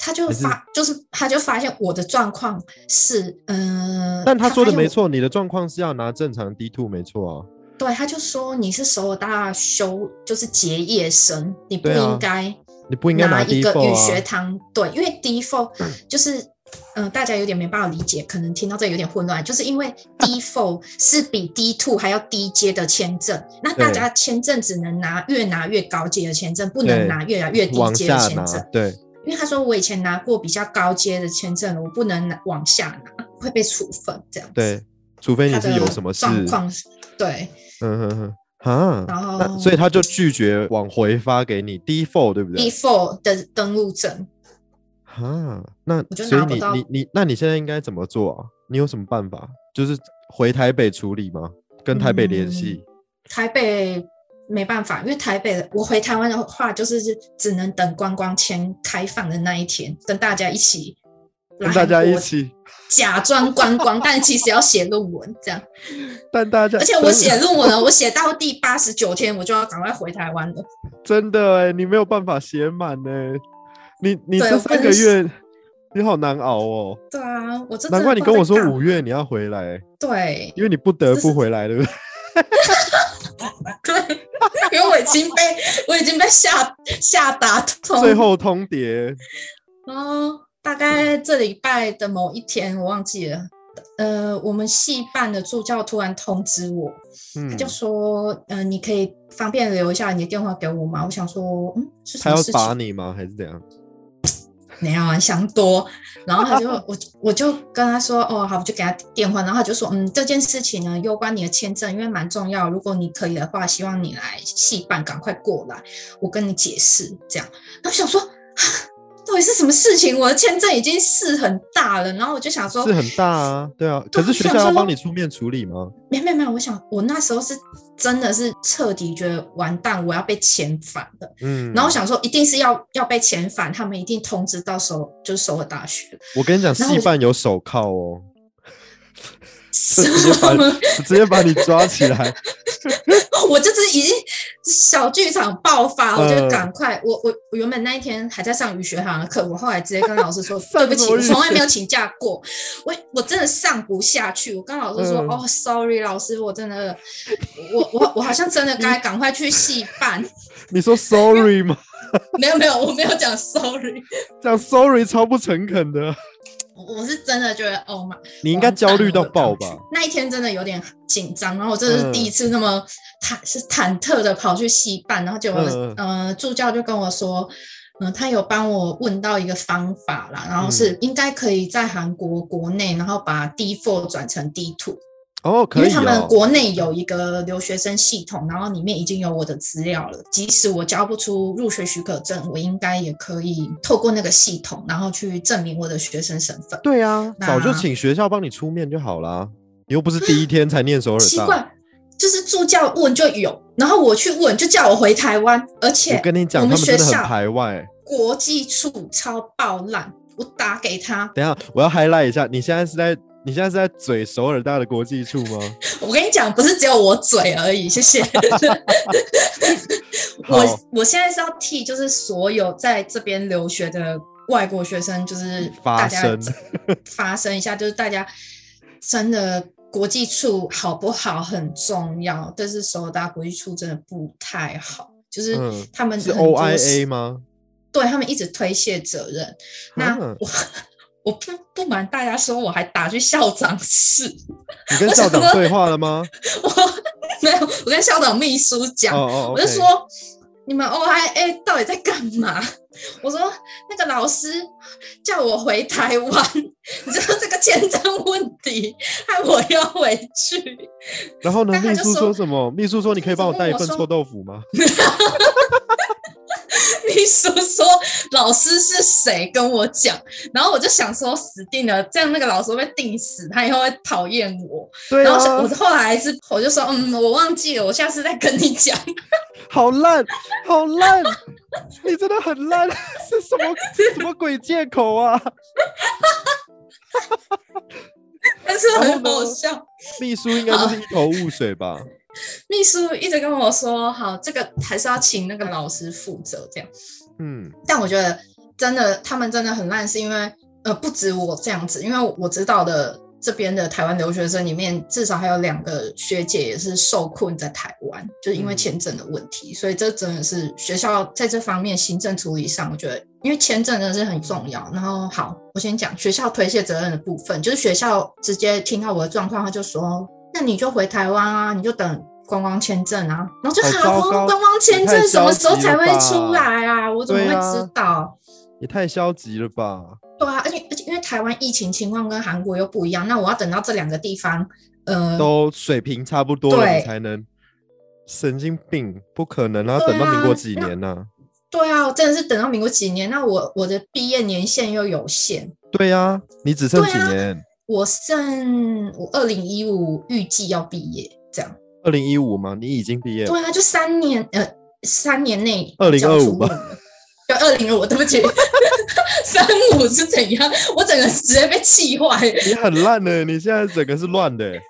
Speaker 2: 他就
Speaker 1: 还是
Speaker 2: 发，就是他就发现我的状况是，嗯、
Speaker 1: 但他说的
Speaker 2: 发现
Speaker 1: 没
Speaker 2: 我，
Speaker 1: 错，你的状况是要拿正常 D two 没错啊。
Speaker 2: 对，他就说你是首尔大修，就是结业生，你不
Speaker 1: 对啊
Speaker 2: 应该
Speaker 1: 你不应该拿
Speaker 2: 一
Speaker 1: D
Speaker 2: 个
Speaker 1: four
Speaker 2: 语学
Speaker 1: 啊。
Speaker 2: 堂，对，因为 D four 就是，嗯、大家有点没办法理解，可能听到这有点混乱，就是 因为 D four 是比 D two 还要低阶的签证，那大
Speaker 1: 对
Speaker 2: 家签证只能拿越拿越高阶的签证，不能
Speaker 1: 对
Speaker 2: 拿越来越低
Speaker 1: 往
Speaker 2: 阶的
Speaker 1: 下
Speaker 2: 签
Speaker 1: 拿
Speaker 2: 证。，
Speaker 1: 对，
Speaker 2: 因为他说我以前拿过比较高阶的签证，我不能拿往下拿，会被处分这样子。
Speaker 1: 对，除非你
Speaker 2: 他
Speaker 1: 是
Speaker 2: 的
Speaker 1: 有什么事，
Speaker 2: 状况是？对，
Speaker 1: 嗯哼哼，啊，
Speaker 2: 然后
Speaker 1: 那所以他就拒绝往回发给你 default，对不
Speaker 2: D
Speaker 1: 对？
Speaker 2: ，E four 的登录证，
Speaker 1: 啊，那
Speaker 2: 我就
Speaker 1: 所以
Speaker 2: 拿不
Speaker 1: 你
Speaker 2: 到
Speaker 1: 你你，那你现在应该怎么做啊？你有什么办法？就是回台北处理吗？跟台北
Speaker 2: 嗯
Speaker 1: 联系？
Speaker 2: 台北没办法，因为台北的我回台湾的话，就是只能等观光签开放的那一天，跟大家一起来
Speaker 1: 跟
Speaker 2: 韩
Speaker 1: 大家
Speaker 2: 国，
Speaker 1: 一起，
Speaker 2: 假装观光，但其实要写论文这样。
Speaker 1: 但大家
Speaker 2: 而且
Speaker 1: 真
Speaker 2: 我
Speaker 1: 的
Speaker 2: 写论文了，我写到第八十九天，我就要赶快回台湾了。
Speaker 1: 真的哎、你没有办法写满哎、你你
Speaker 2: 对
Speaker 1: 这
Speaker 2: 我不
Speaker 1: 三个
Speaker 2: 能写
Speaker 1: 月你好难熬哦，
Speaker 2: 对啊，我这
Speaker 1: 难
Speaker 2: 真的
Speaker 1: 怪你
Speaker 2: 不知
Speaker 1: 跟
Speaker 2: 道
Speaker 1: 我
Speaker 2: 在
Speaker 1: 说
Speaker 2: 干
Speaker 1: 五月你要回来，
Speaker 2: 对，
Speaker 1: 因为你不得
Speaker 2: 这
Speaker 1: 不
Speaker 2: 是
Speaker 1: 回来，对不对？
Speaker 2: 对，因为我已经被我已经被下下达通。
Speaker 1: 最，后通牒，
Speaker 2: 然后大概这礼拜的某一天，我忘记了。呃，我们系办的助教突然通知我，
Speaker 1: 嗯
Speaker 2: 他，就说：“嗯、呃，你可以方便留一下你的电话给我吗？”我想说，嗯，是什
Speaker 1: 他
Speaker 2: 么
Speaker 1: 要
Speaker 2: 事
Speaker 1: 打
Speaker 2: 情？
Speaker 1: 你吗？还是怎样？
Speaker 2: 没有啊，想多。然后他就我我就跟他说，哦，好，我就给他电话。然后他就说，嗯，这件事情呢，攸关你的签证，因为蛮重要。如果你可以的话，希望你来戏办，赶快过来，我跟你解释这样。然后我想说，啊到底是什么事情？我的签证已经事很大了，然后我就想说，
Speaker 1: 是很大啊，对啊。可是学校要帮你出面处理吗？
Speaker 2: 没没没，我想我那时候是真的是彻底觉得完蛋，我要被遣返了。
Speaker 1: 嗯，
Speaker 2: 然后我想说，一定是要要被遣返，他们一定通知到首就是首尔大学。
Speaker 1: 我跟你讲，
Speaker 2: 然后
Speaker 1: 戏
Speaker 2: 我
Speaker 1: 办有手铐哦，
Speaker 2: 什
Speaker 1: 就直接把你
Speaker 2: 么？
Speaker 1: 直接把你抓起来。
Speaker 2: 我就是已经小剧场爆发，我就
Speaker 1: 嗯
Speaker 2: 赶快，我我我原本那一天还在上语学堂的课，我后来直接跟老师说，
Speaker 1: 上
Speaker 2: 对不起，
Speaker 1: 什么
Speaker 2: 我
Speaker 1: 语
Speaker 2: 从来没
Speaker 1: 学
Speaker 2: 有请假过，我我真的上不下去，我跟老师说，
Speaker 1: 嗯
Speaker 2: 哦，sorry，老师，我真的，我我我好像真的该赶快去戏办，
Speaker 1: 你说 sorry 吗？
Speaker 2: 没有没有，我没有讲 sorry，
Speaker 1: 讲 sorry 超不诚恳的，
Speaker 2: 我我是真的觉得，Oh my。
Speaker 1: 你应该焦虑到爆
Speaker 2: 完蛋
Speaker 1: 吧？？嗯
Speaker 2: 了我那一天真的有点紧张，然后我这是第一次那么忐、是忐忑的跑去戏办，然后结果、
Speaker 1: 嗯
Speaker 2: 呃助教就跟我说。嗯，他有帮我问到一个方法啦，然后
Speaker 1: 嗯
Speaker 2: 是应该可以在韩国国内，然后把 D four 转成 D two，、
Speaker 1: 哦，
Speaker 2: 因
Speaker 1: 可
Speaker 2: 为
Speaker 1: 以
Speaker 2: 他
Speaker 1: 哦
Speaker 2: 们。国内有一个留学生系统，然后里面已经有我的资料了。即使我交不出入学许可证，我应该也可以透过那个系统，然后去证明我的学生身份。
Speaker 1: 对啊，
Speaker 2: 那
Speaker 1: 早就请学校帮你出面就好啦。你又不是第一天才念首尔
Speaker 2: 奇
Speaker 1: 大。
Speaker 2: 怪，就是助教问就有，然后我去问就叫我回台湾，而且
Speaker 1: 我跟你讲，
Speaker 2: 我
Speaker 1: 他
Speaker 2: 们
Speaker 1: 们真
Speaker 2: 学
Speaker 1: 的很
Speaker 2: 校
Speaker 1: 排外。
Speaker 2: 国际处超爆烂，我打给他，
Speaker 1: 等一下我要 highlight 一下，你现在是在你现在是在嘴首尔大的国际处吗？
Speaker 2: 我跟你讲，不是只有我嘴而已，谢谢。
Speaker 1: 好
Speaker 2: 我我现在是要替就是所有在这边留学的外国学生，就是
Speaker 1: 发
Speaker 2: 大家
Speaker 1: 声
Speaker 2: 发声一下，就是大家真的国际处好不好很重要，但是首尔大国际处真的不太好，就是
Speaker 1: 嗯
Speaker 2: 他们
Speaker 1: 是
Speaker 2: 很多
Speaker 1: OIA 吗？
Speaker 2: 对他们一直推卸责任。那
Speaker 1: 嗯
Speaker 2: 我我不不瞒大家说，我还打去校长室，
Speaker 1: 你跟校长对话了吗？
Speaker 2: 我没有，我跟校长秘书讲，
Speaker 1: 哦哦，
Speaker 2: 我就
Speaker 1: OK
Speaker 2: 说你们 OIA 到底在干嘛？ 我说那个老师叫我回台湾，你知道这个签证问题，害我要回去。
Speaker 1: 然后呢？
Speaker 2: 但他
Speaker 1: 秘
Speaker 2: 就
Speaker 1: 书
Speaker 2: 说
Speaker 1: 说什么？秘书说你可以帮我带一
Speaker 2: 他
Speaker 1: 份
Speaker 2: 就问
Speaker 1: 臭
Speaker 2: 我说
Speaker 1: 豆 腐吗？
Speaker 2: 秘书说老师是谁跟我讲，然后我就想说死定了，这样那个老师会被定死，他以后会讨厌我。
Speaker 1: 对
Speaker 2: 然后想我
Speaker 1: 啊，
Speaker 2: 后来是我就说嗯，我忘记了，我下次再跟你讲。
Speaker 1: 好烂，好烂，你真的很烂，是什么什么鬼借口啊？
Speaker 2: 但是
Speaker 1: 然后
Speaker 2: 很
Speaker 1: 呢
Speaker 2: 好笑，
Speaker 1: 秘书应该就是一头雾水吧？
Speaker 2: 秘书一直跟我说好，这个还是要请那个老师负责这样。
Speaker 1: 嗯，
Speaker 2: 但我觉得真的他们真的很烂，是因为呃不止我这样子，因为我知道的这边的台湾留学生里面，至少还有两个学姐也是受困在台湾，就是因为
Speaker 1: 嗯
Speaker 2: 签证的问题，所以这真的是学校在这方面行政处理上，我觉得因为签证真的是很重要。然后好，我先讲学校推卸责任的部分，就是学校直接听到我的状况，他就说那你就回台湾啊，你就等观光签证啊，然后就
Speaker 1: 好
Speaker 2: 好，
Speaker 1: 糟糕
Speaker 2: 观光签证什么时候才会出
Speaker 1: 你太消极了吧
Speaker 2: 来啊？我怎么会知道？
Speaker 1: 也太消极了吧？
Speaker 2: 对啊，而且而且因为台湾疫情情况跟韩国又不一样，那我要等到这两个地方，呃，
Speaker 1: 都水平差不多了，
Speaker 2: 对
Speaker 1: 你才能。神经病，不可能啊！
Speaker 2: 对
Speaker 1: 等到民国
Speaker 2: 啊
Speaker 1: 几
Speaker 2: 那
Speaker 1: 年呢、
Speaker 2: 对啊，我真的是等到民国几年？那我我的毕业年限又有限，
Speaker 1: 对呀、你只剩
Speaker 2: 对
Speaker 1: 几
Speaker 2: 啊
Speaker 1: 年？
Speaker 2: 我剩我二零一五预计要毕业，这样
Speaker 1: 二零一五吗？你已经毕业了
Speaker 2: 对啊，就三年，呃，三年内
Speaker 1: 2025
Speaker 2: 交出
Speaker 1: 吧
Speaker 2: 论文。对，二零二五，对不起， 三五是怎样？我整个直接被气坏，
Speaker 1: 你很烂的、你现在整个是乱的、欸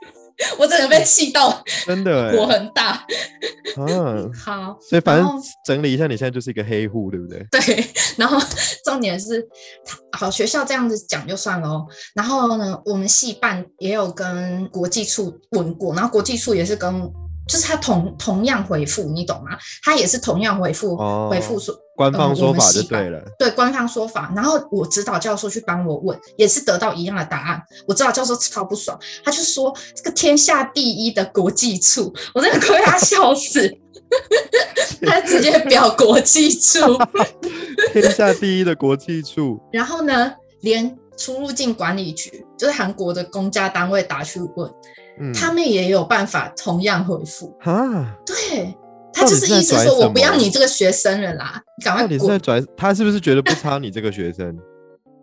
Speaker 2: 我整个被气到
Speaker 1: 真的、欸。
Speaker 2: 火很大。
Speaker 1: 嗯、
Speaker 2: 好，
Speaker 1: 所以反正
Speaker 2: 然后
Speaker 1: 整理一下，你现在就是一个黑户，对不对？
Speaker 2: 对，然后 重点是，他好学校这样子讲就算了哦。然后呢，我们系办也有跟国际处问过，然后国际处也是跟，就是他同同样回复，你懂吗？他也是同样回复，
Speaker 1: 哦
Speaker 2: 回复说。
Speaker 1: 官
Speaker 2: 呃
Speaker 1: 方
Speaker 2: 我
Speaker 1: 说
Speaker 2: 们
Speaker 1: 法
Speaker 2: 系
Speaker 1: 就
Speaker 2: 办
Speaker 1: 对了。
Speaker 2: 对官方说法，然后我指导教授去帮我问，也是得到一样的答案。我指导教授超不爽，他就说这个天下第一的国际处，我真的快被他笑死。 他直接表国际处，
Speaker 1: 天下第一的国际处，
Speaker 2: 然后呢，连出入境管理局，就是韩国的公家单位打去问，
Speaker 1: 嗯，
Speaker 2: 他们也有办法同样回复。
Speaker 1: 哈，
Speaker 2: 对，他就是
Speaker 1: 到
Speaker 2: 意
Speaker 1: 底是在拽
Speaker 2: 思说
Speaker 1: 什
Speaker 2: 我
Speaker 1: 么
Speaker 2: 不要你这个学生了啦，你赶
Speaker 1: 到
Speaker 2: 快
Speaker 1: 底是在
Speaker 2: 滚，
Speaker 1: 拽？他是不是觉得不差你这个学生？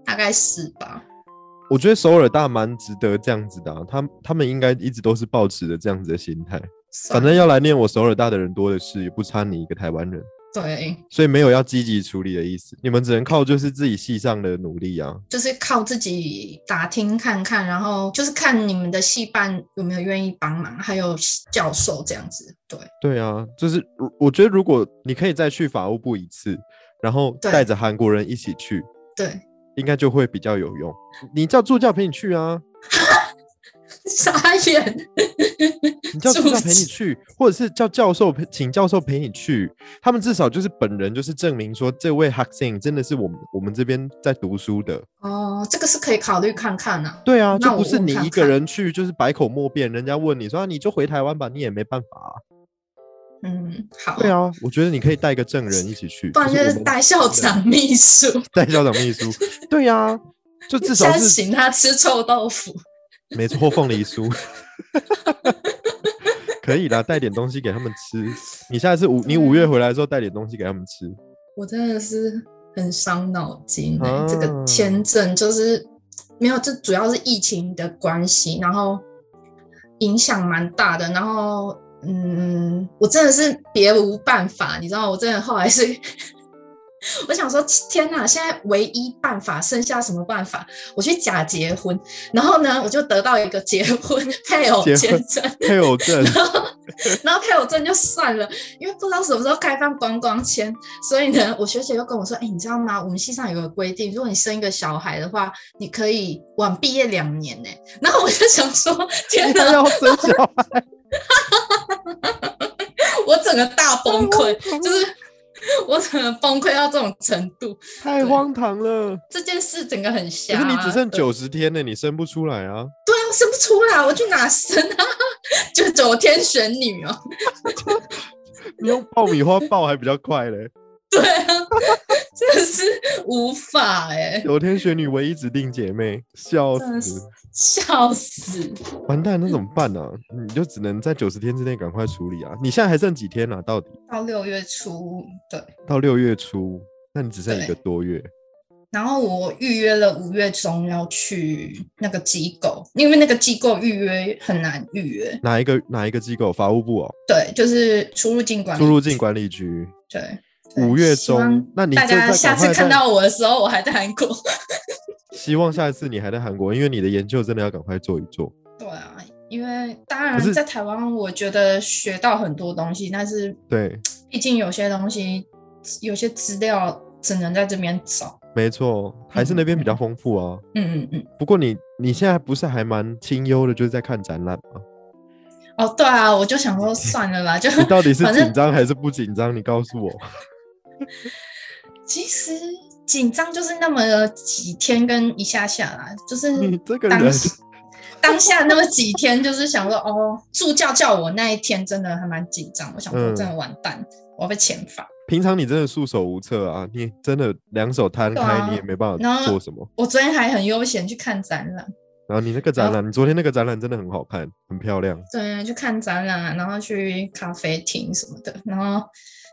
Speaker 2: 大概是吧？
Speaker 1: 我觉得首尔大蛮值得这样子的、啊，他他们应该一直都是抱持着这样子的心态。
Speaker 2: 算
Speaker 1: 反正要来念我首尔大的人多的是，也不差你一个台湾人，
Speaker 2: 对，
Speaker 1: 所以没有要积极处理的意思。你们只能靠就是自己系上的努力啊。
Speaker 2: 就是靠自己打听看看，然后就是看你们的戏办有没有愿意帮忙，还有教授这样子。对，
Speaker 1: 对啊，就是如我觉得如果你可以再去法务部一次，然后
Speaker 2: 对
Speaker 1: 带着韩国人一起去，
Speaker 2: 对，
Speaker 1: 应该就会比较有用。你叫助教陪你去啊，
Speaker 2: 傻眼，
Speaker 1: 你叫助
Speaker 2: 助
Speaker 1: 教陪你
Speaker 2: 教
Speaker 1: 去，或者是叫教授陪，请教授陪你去。他们至少就是本人，就是证明说这位 h a k s i n 真的是我们我们这边在读书的。
Speaker 2: 哦，这个是可以考虑看看啊。
Speaker 1: 对啊，
Speaker 2: 那
Speaker 1: 就不
Speaker 2: 我
Speaker 1: 是
Speaker 2: 我
Speaker 1: 你
Speaker 2: 看
Speaker 1: 一个
Speaker 2: 看
Speaker 1: 人去，就是百口莫辩。人家问你说、啊、你就回台湾吧，你也没办法、啊。
Speaker 2: 嗯，好。
Speaker 1: 对，啊，我觉得你可以带个证人一起去，
Speaker 2: 不然
Speaker 1: 就
Speaker 2: 就是
Speaker 1: 我
Speaker 2: 是
Speaker 1: 们
Speaker 2: 带校长秘书，
Speaker 1: 带校长秘书。对啊，就 至少
Speaker 2: 现在
Speaker 1: 是
Speaker 2: 请他吃臭豆腐。
Speaker 1: 没错，凤梨酥。 可以啦，带点东西给他们吃。你下次五你五月回来的时候带点东西给他们吃。
Speaker 2: 我真的是很伤脑筋、欸
Speaker 1: 啊
Speaker 2: 这个签证就是没有，这主要是疫情的关系，然后影响蛮大的。然后，嗯，我真的是别无办法，你知道，我真的后来是，我想说，天哪，现在唯一办法剩下什么办法？我去假结婚，然后呢，我就得到一个结婚 配偶
Speaker 1: 结婚
Speaker 2: 签证，
Speaker 1: 配偶证，
Speaker 2: 然后， 然后配偶证就算了，因为不知道什么时候开放观光签，所以呢， 我学姐又跟我说：“哎、你知道吗？我们系上有个规定，如果你生一个小孩的话，你可以晚毕业两年呢、 然后我就想说：“天
Speaker 1: 他
Speaker 2: 哪
Speaker 1: 要生小孩，！”
Speaker 2: 我整个大崩溃，就是 我整个崩溃到这种程度，
Speaker 1: 太荒唐了。
Speaker 2: 这件事整个很
Speaker 1: 可
Speaker 2: 瞎。
Speaker 1: 是你只剩
Speaker 2: 对
Speaker 1: 九十天呢，你生不出来啊！
Speaker 2: 对啊，生不出来，我去哪生啊？ 就九天玄女哦，
Speaker 1: 你用爆米花爆还比较快嘞。
Speaker 2: 对啊，真的是无法哎、
Speaker 1: 九天玄女唯一指定姐妹，笑
Speaker 2: 真的
Speaker 1: 死！
Speaker 2: 笑死！
Speaker 1: 完蛋，那怎么办呢、啊？你就只能在九十天之内赶快处理啊！你现在还剩几天啊？到底
Speaker 2: 到六月初，对。
Speaker 1: 到六月初，那你只剩一个多月。
Speaker 2: 然后我预约了五月中要去那个机构，因为那个机构预约很难预约。
Speaker 1: 哪一个哪一个机构？法务部哦，
Speaker 2: 对，就是出入境管理。
Speaker 1: 出入境管理局。
Speaker 2: 对。对
Speaker 1: 五月
Speaker 2: 希望
Speaker 1: 中，那你
Speaker 2: 大
Speaker 1: 就
Speaker 2: 家
Speaker 1: 再
Speaker 2: 下
Speaker 1: 赶
Speaker 2: 次
Speaker 1: 快
Speaker 2: 看
Speaker 1: 在。
Speaker 2: 到我的时候，我还在韩国。
Speaker 1: 希望下一次你还在韩国，因为你的研究真的要赶快做一做。
Speaker 2: 对啊，因为当
Speaker 1: 可是
Speaker 2: 然在台湾，我觉得学到很多东西，但是
Speaker 1: 对，
Speaker 2: 毕竟有些东西，有些资料只能在这边找。
Speaker 1: 没错，还是那边比较丰富啊。
Speaker 2: 嗯嗯嗯。
Speaker 1: 不过你你现在不是还蛮清幽的，就是在看展览吗？
Speaker 2: 哦，对啊，我就想说算了啦，就
Speaker 1: 你到底是
Speaker 2: 反正
Speaker 1: 紧张还是不紧张？你告诉 我。
Speaker 2: 其实紧张就是那么几天跟一下下啦，就是
Speaker 1: 你这个
Speaker 2: 当
Speaker 1: 人，
Speaker 2: 时 当下那么几天，就是想说哦，助教叫我那一天真的还蛮紧张，我想说
Speaker 1: 嗯
Speaker 2: 真的完蛋，我要被遣返。
Speaker 1: 平常你真的束手无策啊！你真的两手摊
Speaker 2: 对
Speaker 1: 开，
Speaker 2: 啊
Speaker 1: 你也没办
Speaker 2: 然
Speaker 1: 法
Speaker 2: 后
Speaker 1: 做什么。
Speaker 2: 我昨天还很悠闲去看展览，
Speaker 1: 然后你那个展
Speaker 2: 然后
Speaker 1: 览，你昨天那个展览真的很好看，很漂亮。
Speaker 2: 对，去看展览啊，然后去咖啡厅什么的，然后。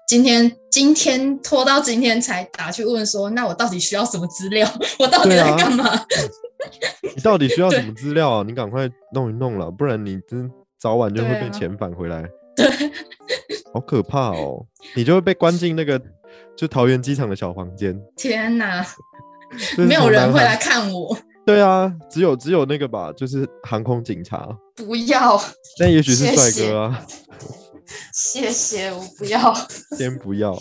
Speaker 2: 今天今天拖到今天才打去问说，那我到底需要什么资料？ 我到底
Speaker 1: 对
Speaker 2: 在
Speaker 1: 啊
Speaker 2: 干嘛？
Speaker 1: 你到底需要什
Speaker 2: 对
Speaker 1: 么资料啊？你赶快弄一弄了，不然你真早晚就会
Speaker 2: 对
Speaker 1: 被
Speaker 2: 啊
Speaker 1: 遣返回 来。好可怕哦！你就会被关进那个就桃园机场的小房间，
Speaker 2: 天哪，
Speaker 1: 就是
Speaker 2: 没有
Speaker 1: 从
Speaker 2: 人
Speaker 1: 南
Speaker 2: 会
Speaker 1: 韩
Speaker 2: 来。看我，
Speaker 1: 对啊，只有只有那个吧，就是航空警察，
Speaker 2: 不要。
Speaker 1: 那也许是
Speaker 2: 谢
Speaker 1: 帅
Speaker 2: 谢
Speaker 1: 哥啊，
Speaker 2: 谢谢，我不要。
Speaker 1: 先不要。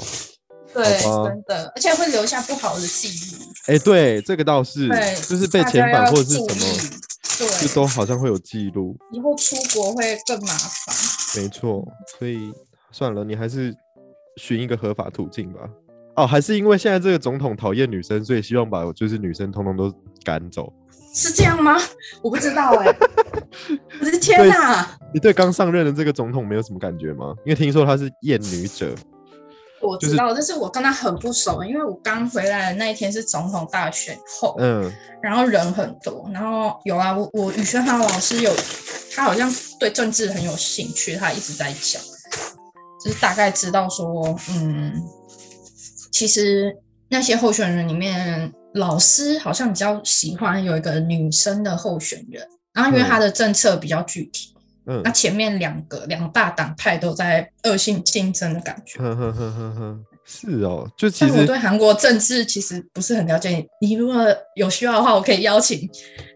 Speaker 2: 对，
Speaker 1: 好吧
Speaker 2: 真的，而且会留下不好的记忆。
Speaker 1: 哎、对，这个倒是，
Speaker 2: 对，
Speaker 1: 就是被
Speaker 2: 大
Speaker 1: 遣
Speaker 2: 家
Speaker 1: 返
Speaker 2: 要
Speaker 1: 或者是
Speaker 2: 注
Speaker 1: 什
Speaker 2: 意
Speaker 1: 么，就
Speaker 2: 对，
Speaker 1: 都好像会有记录，
Speaker 2: 以后出国会更麻烦。
Speaker 1: 没错。所以算了，你还是寻一个合法途径吧。哦，还是因为现在这个总统讨厌女生，所以希望把就是女生通通都赶走。
Speaker 2: 是这样吗？我不知道 哎、我的天
Speaker 1: 对
Speaker 2: 哪！
Speaker 1: 你对刚上任的这个总统没有什么感觉吗？因为听说他是厌女者，
Speaker 2: 我
Speaker 1: 就是
Speaker 2: 知道，但是我跟他很不熟，因为我刚回来的那一天是总统大选后，
Speaker 1: 嗯，
Speaker 2: 然后人很多，然后有啊，我我宇轩他老师有，他好像对政治很有兴趣，他一直在讲。就是大概知道说，嗯，其实那些候选人里面，老师好像比较喜欢有一个女生的候选人，然后因为她的政策比较具体，
Speaker 1: 嗯
Speaker 2: 那，前面两个两大党派都在恶性竞争的感觉。
Speaker 1: 呵呵呵呵呵，是哦，就其
Speaker 2: 但我
Speaker 1: 实
Speaker 2: 对韩国政治其实不是很了解，你如果有需要的话，我可以邀请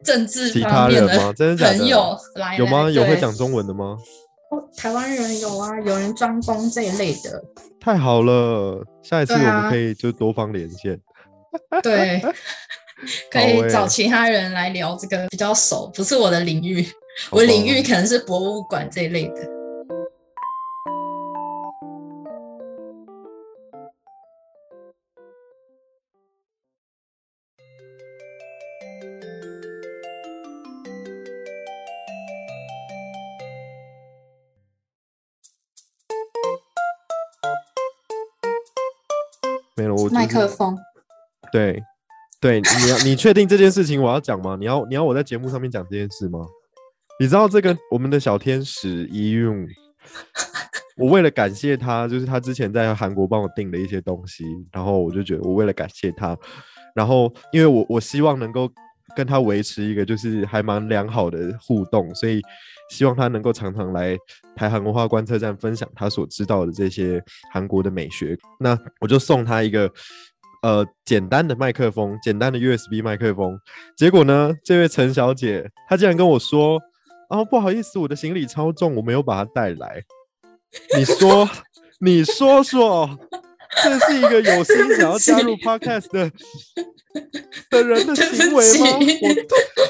Speaker 2: 政治
Speaker 1: 其他
Speaker 2: 方面
Speaker 1: 人吗？真的假的？
Speaker 2: 朋友来。
Speaker 1: 有吗？
Speaker 2: 来
Speaker 1: 有会
Speaker 2: 对
Speaker 1: 讲中文的吗？
Speaker 2: 哦台湾人有啊，有人专攻这一类的，
Speaker 1: 太好了，下一次我
Speaker 2: 对
Speaker 1: 们
Speaker 2: 啊
Speaker 1: 可以就多方连线。
Speaker 2: 对， 可
Speaker 1: 好欸
Speaker 2: 以找其他人来聊这个比较熟，不是我的领域，我的领域可能是博物馆这一类的。
Speaker 1: 没了，我
Speaker 4: 麦
Speaker 1: 就是
Speaker 4: 克风，
Speaker 1: 对对，你要你确定这件事情我要讲吗？你要你要我在节目上面讲这件事吗？你知道这个我们的小天使一用，我为了感谢他，就是他之前在韩国帮我订的一些东西，然后我就觉得我为了感谢他，然后因为我我希望能够跟他维持一个就是还蛮良好的互动，所以希望他能够常常来台韩文化观测站分享他所知道的这些韩国的美学。那我就送他一个呃简单的麦克风，简单的 USB 麦克风。结果呢，这位陈小姐她竟然跟我说：“哦，不好意思，我的行李超重，我没有把它带来。”你说， 你说说。这是一个有心想要加入 podcast 的 的人的
Speaker 2: 对不
Speaker 1: 行为吗？
Speaker 2: 起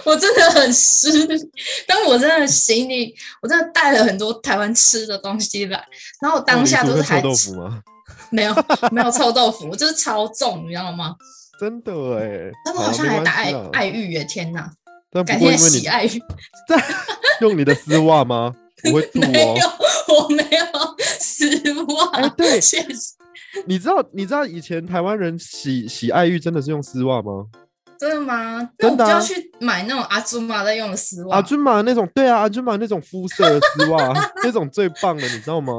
Speaker 1: 我
Speaker 2: 我真的很失礼，但我真的行李，我真的带了很多台湾吃的东西来，然后我
Speaker 1: 哦
Speaker 2: 当下都
Speaker 1: 臭
Speaker 2: 是还
Speaker 1: 豆腐吗？
Speaker 2: 没有没有臭豆腐，我就是超重，你知道吗？
Speaker 1: 真的哎，
Speaker 2: 但我好像还打
Speaker 1: 没
Speaker 2: 爱
Speaker 1: 关系啦
Speaker 2: 爱玉耶，天哪！
Speaker 1: 但不
Speaker 2: 改
Speaker 1: 过因
Speaker 2: 天
Speaker 1: 为你
Speaker 2: 洗爱玉，
Speaker 1: 用你的丝袜吗？我会吐
Speaker 2: 没有
Speaker 1: 哦。，
Speaker 2: 我没有失
Speaker 1: 哎
Speaker 2: 望，
Speaker 1: 对
Speaker 2: 谢谢，
Speaker 1: 你知道你知道以前台湾人洗洗爱玉真的是用丝袜吗？
Speaker 2: 真的吗？那我
Speaker 1: 真的
Speaker 2: 就
Speaker 1: 啊
Speaker 2: 要去买那种阿祖玛在用的丝袜
Speaker 1: 阿。君玛那种，对啊，阿君玛那种肤色的丝袜， 那种最棒了，你知道吗？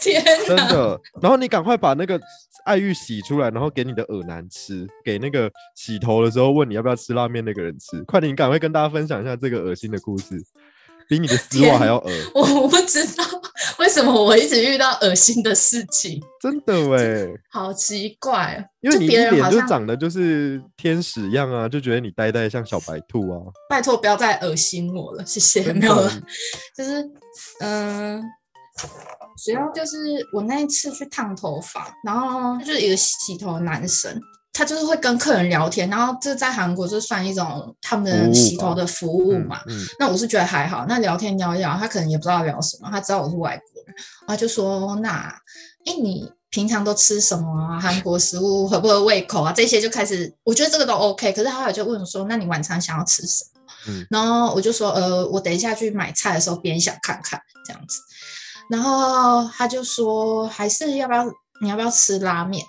Speaker 2: 天
Speaker 1: 真
Speaker 2: 哪！
Speaker 1: 的。然后你赶快把那个爱玉洗出来，然后给你的耳男吃，给那个洗头的时候问你要不要吃拉面那个人吃。快点，你赶快跟大家分享一下这个恶心的故事，比你的丝袜还要恶。
Speaker 2: 我不知道为什么我一直遇到恶心的事情，
Speaker 1: 真的哎。
Speaker 2: 好奇怪哦。
Speaker 1: 因为
Speaker 2: 就
Speaker 1: 你一
Speaker 2: 别人
Speaker 1: 脸
Speaker 2: 好
Speaker 1: 就
Speaker 2: 像
Speaker 1: 长得就是天使样啊，就觉得你呆呆像小白兔 啊，
Speaker 2: 拜托不要再恶心我了，谢谢。
Speaker 1: 真
Speaker 2: 没有
Speaker 1: 的啊
Speaker 2: 了，就是嗯、主要就是我那一次去烫头发，然后就是一个洗头的男生。他就是会跟客人聊天，然后这在韩国就算一种他
Speaker 1: 服务
Speaker 2: 们洗
Speaker 1: 吧
Speaker 2: 头的服务嘛。
Speaker 1: 嗯，嗯
Speaker 2: 那我是觉得还好。那聊天聊一聊，他可能也不知道聊什么，他知道我是外国人，他就说：“那，哎、你平常都吃什么啊？韩国食物合不合胃口啊？”这些就开始，我觉得这个都 OK。可是他后来就问我说：“那你晚餐想要吃什么？”
Speaker 1: 嗯
Speaker 2: 然后我就说：“呃，我等一下去买菜的时候边想看看这样子。”然后他就说：“还是要不要？你要不要吃拉面？”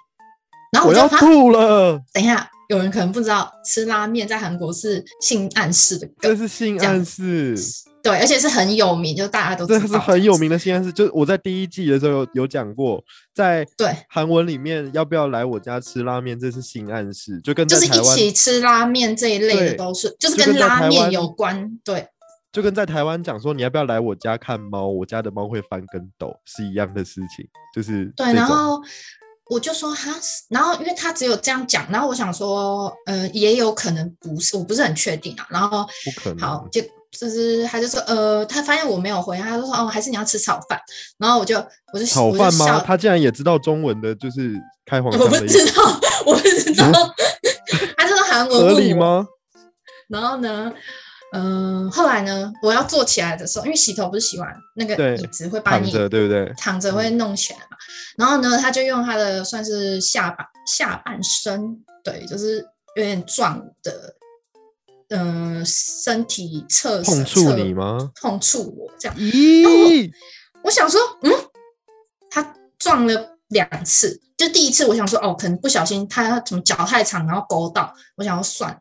Speaker 2: 然后
Speaker 1: 我
Speaker 2: 啊我就
Speaker 1: 要
Speaker 2: 哈
Speaker 1: 吐了，
Speaker 2: 等一下，有人可能不知道，吃拉面在韩国是性暗示的梗
Speaker 1: 这。是性
Speaker 2: 这样
Speaker 1: 暗示，
Speaker 2: 对，而且是很有名，就大家都知
Speaker 1: 这
Speaker 2: 道
Speaker 1: 是很有
Speaker 2: 样子。
Speaker 1: 名的性暗示。就是我在第一季的时候有有讲过，在
Speaker 2: 对，
Speaker 1: 韩文里面要不要来我家吃拉面，这是性暗示，就跟
Speaker 2: 就
Speaker 1: 在
Speaker 2: 是
Speaker 1: 台
Speaker 2: 一
Speaker 1: 湾
Speaker 2: 起吃拉面这一类的
Speaker 1: 对
Speaker 2: 都是，就是
Speaker 1: 就
Speaker 2: 跟
Speaker 1: 跟在台
Speaker 2: 拉面
Speaker 1: 湾
Speaker 2: 有关。对，
Speaker 1: 就跟在台湾讲说你要不要来我家看猫，我家的猫会翻跟斗是一样的事情，就是
Speaker 2: 对，
Speaker 1: 这
Speaker 2: 然
Speaker 1: 种
Speaker 2: 后我就说哈，然后因为他只有这样讲，然后我想说，呃，也有可能不是，我不是很确定啊。然后
Speaker 1: 不可能
Speaker 2: 好，就就是他就说，呃，他发现我没有回，他就说，哦，还是你要吃炒饭。然后我就我就
Speaker 1: 炒
Speaker 2: 我就
Speaker 1: 饭
Speaker 2: 笑
Speaker 1: 吗？他竟然也知道中文的，就是开黄
Speaker 2: 我
Speaker 1: 腔
Speaker 2: 不
Speaker 1: 的意
Speaker 2: 知
Speaker 1: 思，嗯
Speaker 2: 道，我不知道， 他就说韩文
Speaker 1: 合
Speaker 2: 问
Speaker 1: 理
Speaker 2: 我
Speaker 1: 吗？
Speaker 2: 然后呢，嗯、后来呢，我要坐起来的时候，因为洗头不是洗完那个
Speaker 1: 对
Speaker 2: 椅子会把
Speaker 1: 躺
Speaker 2: 你
Speaker 1: 着对不嗯对？
Speaker 2: 躺着会弄起来嘛。然后呢，他就用他的算是下半下半身，对，就是有点壮的，嗯、身体侧
Speaker 1: 碰触你？吗？
Speaker 2: 侧碰触我这样，
Speaker 1: 咦，
Speaker 2: 我想说，嗯，他撞了两次，就第一次我想说，哦，可能不小心他怎么脚太长，然后勾到，我想要算了。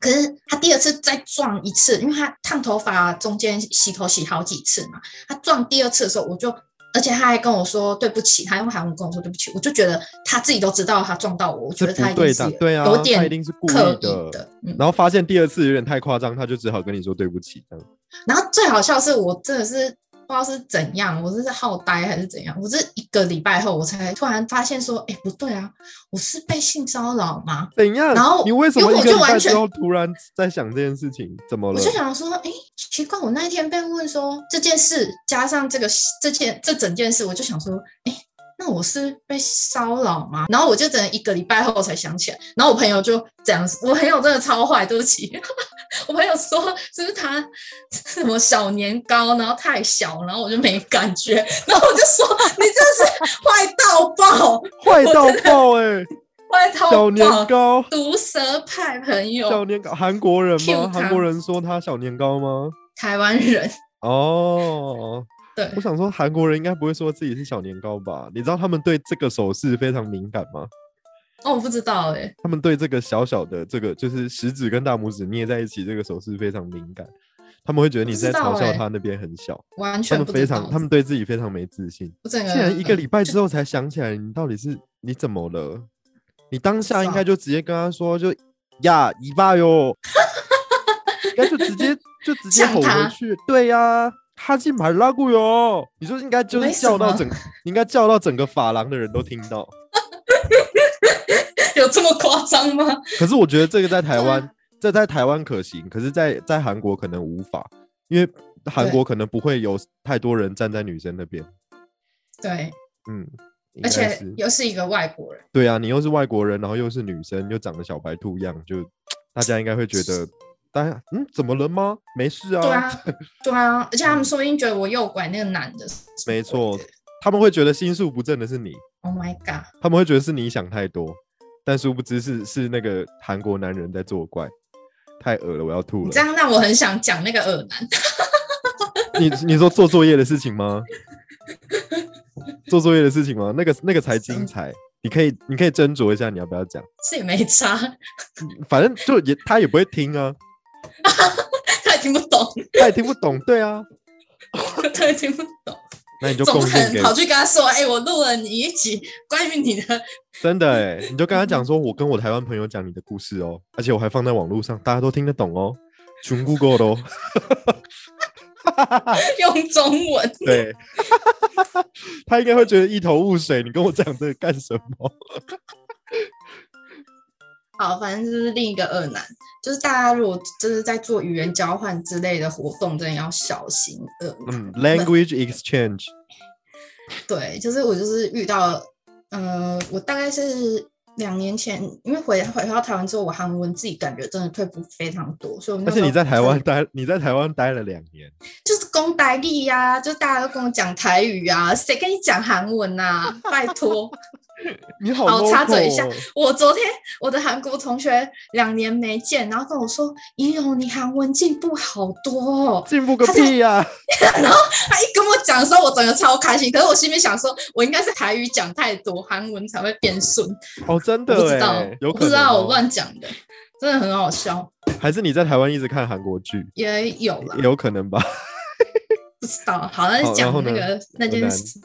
Speaker 2: 可是他第二次再撞一次，因为他烫头发中间洗头洗好几次嘛，他撞第二次的时候，我就而且他还跟我说对不起，他用韩文跟我说对不起，我就觉得他自己都知道他撞到我，我觉得他一
Speaker 1: 不对
Speaker 2: 定是
Speaker 1: 的，对啊，
Speaker 2: 有
Speaker 1: 他
Speaker 2: 点
Speaker 1: 一定是故意
Speaker 2: 刻意
Speaker 1: 的。
Speaker 2: 的嗯
Speaker 1: 然后发现第二次有点太夸张，他就只好跟你说对不起，这样
Speaker 2: 然后最好笑是我真的是不知道是怎样，我是好呆还是怎样，我是一个礼拜后我才突然发现说，哎、不对啊，我是被性骚扰吗？
Speaker 1: 怎样？
Speaker 2: 然后
Speaker 1: 你为什么一
Speaker 2: 因为我
Speaker 1: 个
Speaker 2: 就
Speaker 1: 礼拜
Speaker 2: 完
Speaker 1: 之
Speaker 2: 全
Speaker 1: 后突然在想这件事情？怎么
Speaker 2: 我
Speaker 1: 了？
Speaker 2: 就想说，哎、奇怪，我那一天被问说这件事，加上这个这件这整件事，我就想说，哎、那我是被骚扰吗？然后我就等一个礼拜后才想起来，然后我朋友就这样，我朋友真的超坏，对不起， 我朋友说是不是他什么小年糕，然后太小，然后我就没感觉，然后我就说你真是坏到爆，
Speaker 1: 坏到爆哎、
Speaker 2: 坏 到
Speaker 1: 小年
Speaker 2: 爆，
Speaker 1: 糕，
Speaker 2: 毒舌派朋
Speaker 1: 小
Speaker 2: 友，
Speaker 1: 年糕，韩国人
Speaker 2: Q
Speaker 1: 吗？
Speaker 2: 他
Speaker 1: 韩国人说他小年糕吗？
Speaker 2: 台湾人，
Speaker 1: 哦，
Speaker 2: 对
Speaker 1: 我想说韩国人应该不会说自己是小年糕吧？你知道他们对这个手势非常敏感吗？
Speaker 2: 哦，我不知道哎、
Speaker 1: 他们对这个小小的这个就是食指跟大拇指捏在一起这个手势非常敏感，他们会觉得你
Speaker 2: 不
Speaker 1: 在
Speaker 2: 知道
Speaker 1: 嘲笑
Speaker 2: 欸
Speaker 1: 他那边很小，
Speaker 2: 完
Speaker 1: 他
Speaker 2: 全
Speaker 1: 们
Speaker 2: 不
Speaker 1: 非
Speaker 2: 知道
Speaker 1: 常，他们对自己非常没自信。
Speaker 2: 我整个
Speaker 1: 竟然一个
Speaker 2: 嗯
Speaker 1: 礼拜之后才想起来，你到底是你怎么了？你当下应该
Speaker 2: 少
Speaker 1: 就直接跟他说，就呀一巴哟，应该就直 接就直接
Speaker 2: 呛
Speaker 1: 吼回
Speaker 2: 他
Speaker 1: 去。对呀、哈基马拉古哟，你说应该就是
Speaker 2: 为什
Speaker 1: 叫到
Speaker 2: 么
Speaker 1: 整，你应该叫到整个法廊的人都听到。
Speaker 2: 有这么夸张吗？
Speaker 1: 可是我觉得这个在台
Speaker 2: 对啊
Speaker 1: 湾，这在台湾可行，可是在，在韩国可能无法，因为韩
Speaker 2: 对
Speaker 1: 国可能不会有太多人站在女生那边。
Speaker 2: 对，
Speaker 1: 嗯，应
Speaker 2: 而
Speaker 1: 该
Speaker 2: 且
Speaker 1: 是
Speaker 2: 又是一个外国人，
Speaker 1: 对啊，你又是外国人，然后又是女生，又长得小白兔样，就大家应该会觉得，大家嗯，怎么了吗？没事啊，
Speaker 2: 对 啊，对啊，而且他们说不定觉得我诱拐那个男的，
Speaker 1: 没错，他们会觉得心术不正的是你，
Speaker 2: ，Oh my god，
Speaker 1: 他们会觉得是你想太多，但殊不知是是那个韩国男人在作怪，太恶了，我要吐
Speaker 2: 你
Speaker 1: 了
Speaker 2: 这。样让我很想讲那个耳男，
Speaker 1: 你你说做作业的事情 吗？做作业的事情吗？那个那个才精彩，你可以你可以斟酌一下你要不要讲，
Speaker 2: 这也没差，
Speaker 1: 反正就也他也不会听啊，
Speaker 2: 他也听不懂，
Speaker 1: 他也听不懂，对啊，
Speaker 2: 他也听不懂，
Speaker 1: 那你就
Speaker 2: 总
Speaker 1: 贡
Speaker 2: 不
Speaker 1: 献给
Speaker 2: 能跑去跟他说，哎、我录了你一集关于你的，
Speaker 1: 真的哎、你就跟他讲说，我跟我台湾朋友讲你的故事哦，而且我还放在网络上，大家都听得懂哦，全 Google 的哦。
Speaker 2: 用中文，
Speaker 1: 对，他应该会觉得一头雾水，你跟我讲这个干什么？
Speaker 2: 好，反正就是另一个恶男，就是大家如果就是在做语言交换之类的活动，真的要小心恶男。
Speaker 1: 嗯，language exchange，
Speaker 2: 对，就是我就是遇到，呃，我大概是两年前，因为回回到台湾之后，我韩文自己感觉真的退步非常多，所以我
Speaker 1: 而
Speaker 2: 那
Speaker 1: 且
Speaker 2: 时
Speaker 1: 你
Speaker 2: 候
Speaker 1: 在台
Speaker 2: 真的
Speaker 1: 湾待，你在台湾待了两年，
Speaker 2: 就是公台力呀、就大家都跟我讲台语啊，谁跟你讲韩文呐、拜托，
Speaker 1: 你好、
Speaker 2: 好
Speaker 1: local 哦，
Speaker 2: 插嘴一下我昨天我的韩国同学两年没见，然后跟我说，怡柔你韩文进步好多、哦，
Speaker 1: 进步个
Speaker 2: 他在
Speaker 1: 屁呀、
Speaker 2: 他一跟我讲的时候，我整个超开心，可是我心里想说，我应该是台语讲太多，韩文才会变顺。
Speaker 1: 哦，真
Speaker 2: 我不
Speaker 1: 的
Speaker 2: 知道
Speaker 1: 哎、有
Speaker 2: 我
Speaker 1: 可能、
Speaker 2: 不知道我，乱讲的，真的很好笑，
Speaker 1: 还是你在台湾一直看韩国剧，
Speaker 2: 也有啦，
Speaker 1: 有可能吧？
Speaker 2: 不知道。好，那
Speaker 1: 好
Speaker 2: 就
Speaker 1: 然
Speaker 2: 讲
Speaker 1: 后
Speaker 2: 那
Speaker 1: 呢
Speaker 2: 个那
Speaker 1: 荷
Speaker 2: 件
Speaker 1: 兰
Speaker 2: 事。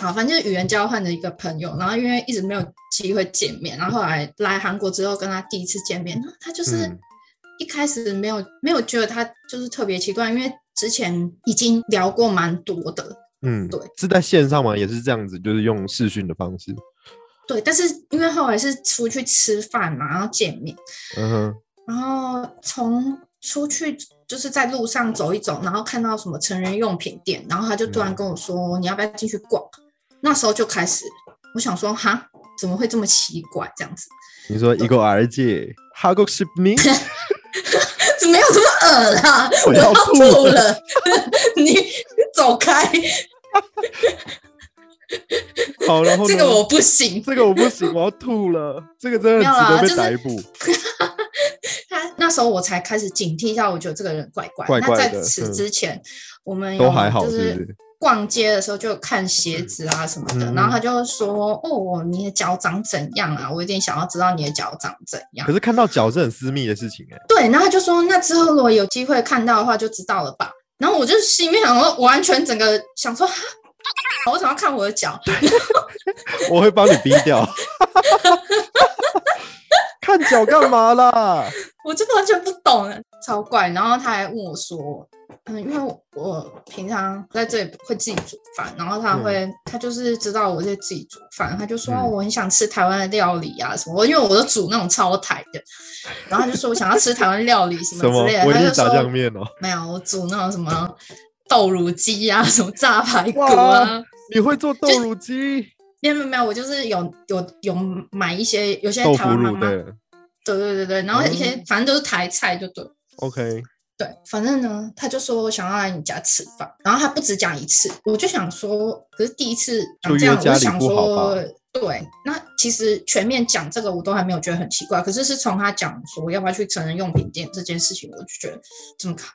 Speaker 2: 好，反正就是语言交换的一个朋友，然后因为一直没有机会见面，然后后来来韩国之后跟他第一次见面，然后他就是
Speaker 1: 嗯
Speaker 2: 一开始没有没有觉得他就是特别奇怪，因为之前已经聊过蛮多的，
Speaker 1: 嗯，
Speaker 2: 对，
Speaker 1: 是在线上吗？也是这样子，就是用视讯的方式。
Speaker 2: 对，但是因为后来是出去吃饭嘛，然后见面，
Speaker 1: 嗯哼。
Speaker 2: 然后从出去就是在路上走一走，然后看到什么成人用品店，然后他就突
Speaker 1: 嗯
Speaker 2: 然跟我说：“你要不要进去逛？”那时候就开始，我想说：“哈，怎么会这么奇怪？这样子
Speaker 1: 你说一个 R 界哈国是你，
Speaker 2: 怎么有这么恶啦？
Speaker 1: 我
Speaker 2: 我
Speaker 1: 要
Speaker 2: 要
Speaker 1: 吐
Speaker 2: 吐了， 你走开，
Speaker 1: 好，然后
Speaker 2: 这
Speaker 1: 呢
Speaker 2: 个我不行。”
Speaker 1: 这个我不行，我要吐了， 这个真的
Speaker 2: 没
Speaker 1: 值
Speaker 2: 有啦
Speaker 1: 得被
Speaker 2: 就是
Speaker 1: 逮捕。
Speaker 2: 他那时候我才开始警惕一下，我觉得这个人怪怪。
Speaker 1: 怪怪的
Speaker 2: 那在此
Speaker 1: 嗯
Speaker 2: 之前，我们
Speaker 1: 都
Speaker 2: 有
Speaker 1: 还好
Speaker 2: 就是
Speaker 1: 不是
Speaker 2: 逛街的时候就有看鞋子啊什么的，
Speaker 1: 嗯
Speaker 2: 然后他就说：“哦，你的脚长怎样啊？我有点想要知道你的脚长怎样
Speaker 1: 可。是看到脚是很私密的事情哎、”
Speaker 2: 对，然后他就说：“那之后如果有机会看到的话，就知道了吧。”然后我就心里面想说，我完全整个想说，哈我想要看我的脚，
Speaker 1: 欸我会帮你逼掉。 看脚干嘛啦？
Speaker 2: 我就完全不懂欸了，超怪。然后他还问我说，嗯，因为我我平常在这里会自己煮饭，然后他会、他就是知道我在自己煮饭，他就说、
Speaker 1: 嗯
Speaker 2: 哦我很想吃台湾的料理啊什么，因为我都煮那种超台 的，然后他就说我想要吃台湾料理什
Speaker 1: 什么
Speaker 2: 么之类的，
Speaker 1: 维
Speaker 2: 他
Speaker 1: 力
Speaker 2: 就
Speaker 1: 炸酱
Speaker 2: 说
Speaker 1: 面哦？
Speaker 2: 没有，我煮那种什么豆乳鸡啊，什么炸排骨啊。
Speaker 1: 你会做豆乳鸡、
Speaker 2: 没有没有没有，我就是有有有买一些有些
Speaker 1: 豆
Speaker 2: 台
Speaker 1: 腐
Speaker 2: 湾
Speaker 1: 乳
Speaker 2: 妈
Speaker 1: 哦
Speaker 2: 妈，
Speaker 1: 的
Speaker 2: 对对对对，然后一些、反正都是台菜就对了。
Speaker 1: ？OK，
Speaker 2: 对，反正呢，他就说我想要来你家吃饭，然后他不止讲一次，我就想说，可是第一次讲这
Speaker 1: 就约
Speaker 2: 样，我就
Speaker 1: 家里
Speaker 2: 想
Speaker 1: 不好吧
Speaker 2: 说，对，那其实全面讲这个我都还没有觉得很奇怪，可是是从他讲说要不要去成人用品店这件事情，我就觉得怎么卡，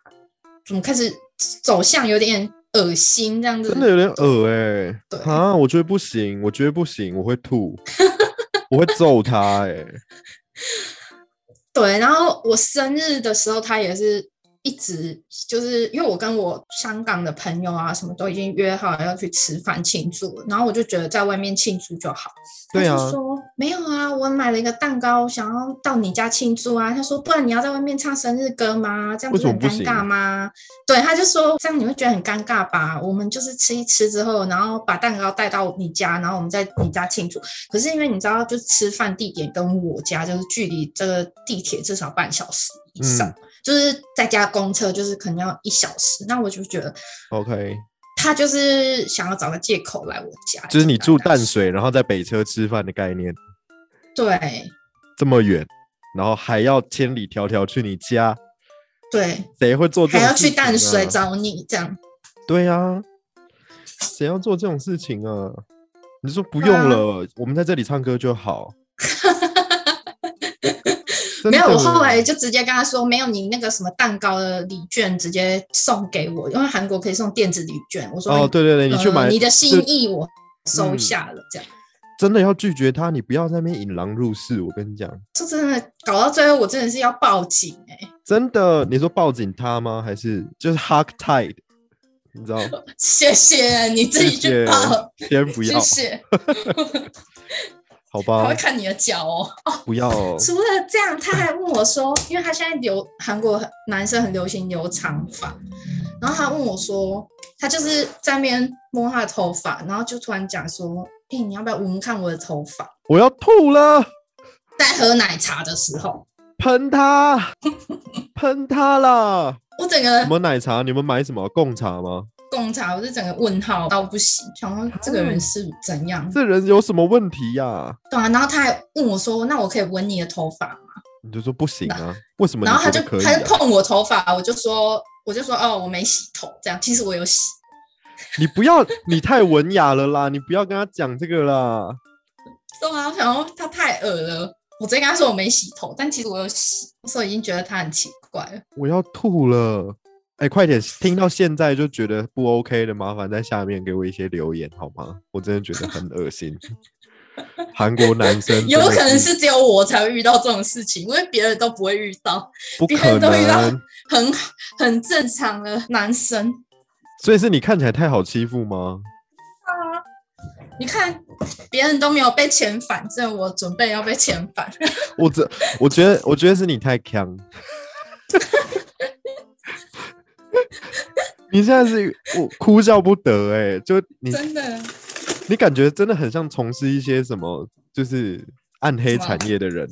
Speaker 2: 怎么开始走向有点恶心这样子，
Speaker 1: 真的有点恶哎、
Speaker 2: 对
Speaker 1: 啊，我觉得不行，我觉得不行，我会 吐，我会揍他哎、
Speaker 2: 对，然后我生日的时候，他也是一直就是因为我跟我香港的朋友啊，什么都已经约好要去吃饭庆祝了，然后我就觉得在外面庆祝就好。他
Speaker 1: 对
Speaker 2: 就
Speaker 1: 啊
Speaker 2: 说没有啊，我买了一个蛋糕，想要到你家庆祝啊。他说不然你要在外面唱生日歌吗？这样
Speaker 1: 为
Speaker 2: 不
Speaker 1: 什
Speaker 2: 是
Speaker 1: 么
Speaker 2: 很
Speaker 1: 不
Speaker 2: 尴
Speaker 1: 行
Speaker 2: 尬吗？对，他就说哦这样你会觉得很尴尬吧？我们就是吃一吃之后，然后把蛋糕带到你家，然后我们在你家庆祝。可是因为你知道，就是吃饭地点跟我家就是距离这个地铁至少半小时以上，
Speaker 1: 嗯
Speaker 2: 就是再加公车就是可能要一小时。那我就觉得
Speaker 1: OK，
Speaker 2: 他就是想要找个借口来我家，
Speaker 1: 就是你住淡
Speaker 2: 水。
Speaker 1: 水，然后在北车吃饭的概念，
Speaker 2: 对
Speaker 1: 这么远，然后还要千里迢迢去你家，
Speaker 2: 对，
Speaker 1: 谁会做这
Speaker 2: 还
Speaker 1: 种
Speaker 2: 要
Speaker 1: 事情、啊？
Speaker 2: 去淡水找你这样。
Speaker 1: 对啊，谁要做这种事情啊？你说不
Speaker 2: 对啊
Speaker 1: 用了，我们在这里唱歌就 好。真
Speaker 2: 没有，
Speaker 1: 的欸
Speaker 2: 我后来就直接跟他说，没有你那个什么蛋糕的礼券直接送给我，因为韩国可以送电子礼券。我说
Speaker 1: 哦，对对对，
Speaker 2: 呃
Speaker 1: 你去买，
Speaker 2: 你的
Speaker 1: 就
Speaker 2: 心意我收
Speaker 1: 嗯
Speaker 2: 下了，这样。
Speaker 1: 真的要拒绝他，你不要在那边引狼入室。我跟你讲，
Speaker 2: 这真的搞到最后，我真的是要报警哎、
Speaker 1: 真的，你说抱紧他吗？还是就是 hug tight？你知道？
Speaker 2: 谢谢你 自己去
Speaker 1: 谢谢
Speaker 2: 报，
Speaker 1: 先不要，
Speaker 2: 谢谢，
Speaker 1: 好
Speaker 2: 他
Speaker 1: 吧
Speaker 2: 会，看你的脚哦。
Speaker 1: 不要哦。
Speaker 2: 除了这样，他还问我说，因为他现在留韩国男生很流行留长发，然后他问我说，他就是在那边摸他的头发，然后就突然讲说，哎、你要不要闻看我的头发？
Speaker 1: 我要吐了，
Speaker 2: 在喝奶茶的时候，
Speaker 1: 喷他，喷他啦！
Speaker 2: 我整
Speaker 1: 什
Speaker 2: 个
Speaker 1: 么奶茶？你们买什么贡茶吗？
Speaker 2: 贡茶，我就整个问号到不行，想说这个人是怎样？
Speaker 1: 这人有什么问题呀、
Speaker 2: 对啊，然后他还问我说，那我可以闻你的头发吗？
Speaker 1: 你就说不行啊？为什么你
Speaker 2: 然后他
Speaker 1: 觉
Speaker 2: 就
Speaker 1: 得可以、
Speaker 2: 他就
Speaker 1: 啊？
Speaker 2: 碰我头发，我就说我就说哦，我没洗头，这样其实我有洗。
Speaker 1: 你不要，你太文雅了啦！你不要跟他讲这个啦。
Speaker 2: 对啊，我想说他太恶了，我直接跟他说我没洗头，但其实我有洗，那时候已经觉得他很奇怪了。
Speaker 1: 我要吐了！哎、快点，听到现在就觉得不 OK 的，麻烦在下面给我一些留言好吗？我真的觉得很恶心。韩国男生真
Speaker 2: 有
Speaker 1: 的
Speaker 2: 可能是只有我才会遇到这种事情，因为别人都不会遇到，
Speaker 1: 不
Speaker 2: 别
Speaker 1: 可
Speaker 2: 人都遇到
Speaker 1: 能，
Speaker 2: 很很正常的男生。
Speaker 1: 所以是你看起来太好欺负吗？
Speaker 2: 你看，别人都没有被遣返，只有我准备要被遣返。
Speaker 1: 我这我觉得我觉得是你太强。你现在是我哭笑不得哎、就你
Speaker 2: 真的，
Speaker 1: 你感觉真的很像从事一些什么，就是暗黑
Speaker 2: 什么
Speaker 1: 产业的人。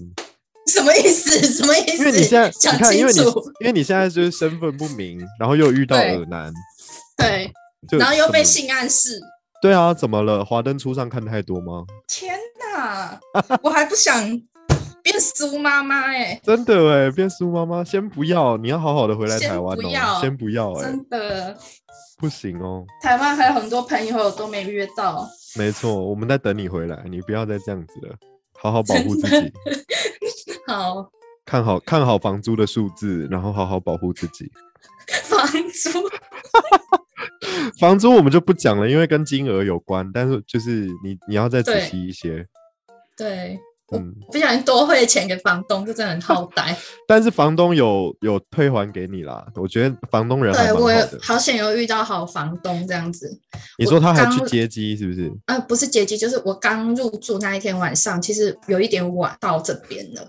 Speaker 2: 什么意思？什么意思？
Speaker 1: 因为你现在
Speaker 2: 讲
Speaker 1: 你看，因
Speaker 2: 清
Speaker 1: 为你
Speaker 2: 楚，
Speaker 1: 因为你现在就是身份不明，然后又遇到
Speaker 2: 对
Speaker 1: 耳男，
Speaker 2: 对，
Speaker 1: 就
Speaker 2: 然后又
Speaker 1: 怎
Speaker 2: 被
Speaker 1: 么
Speaker 2: 性暗示。
Speaker 1: 对啊，怎么了？华灯初上看太多吗？
Speaker 2: 天哪，我还不想变苏妈妈哎，
Speaker 1: 真的哎、变苏妈妈，先不要，你要好好的回来
Speaker 2: 先
Speaker 1: 台湾
Speaker 2: 不
Speaker 1: 哦，
Speaker 2: 要
Speaker 1: 先不要哎、
Speaker 2: 真的。
Speaker 1: 不行哦，
Speaker 2: 台湾还有很多朋友都没约到，
Speaker 1: 没错，我们在等你回来，你不要再这样子了，好好保护自
Speaker 2: 真的
Speaker 1: 己，
Speaker 2: 好
Speaker 1: 看好看好房租的数字，然后好好保护自己。
Speaker 2: 房租
Speaker 1: 房租我们就不讲了，因为跟金额有关，但是就是你你要再仔
Speaker 2: 对
Speaker 1: 细一些。
Speaker 2: 对，
Speaker 1: 嗯，
Speaker 2: 不小心多汇钱给房东，就真的很好呆。
Speaker 1: 但是房东有有退还给你啦，我觉得房东人还
Speaker 2: 对
Speaker 1: 蛮好
Speaker 2: 我有
Speaker 1: 的。
Speaker 2: 好险有遇到好房东这样子。
Speaker 1: 你说他还去
Speaker 2: 刚
Speaker 1: 接机是不是？
Speaker 2: 呃，不是接机，就是我刚入住那一天晚上，其实有一点晚到这边了，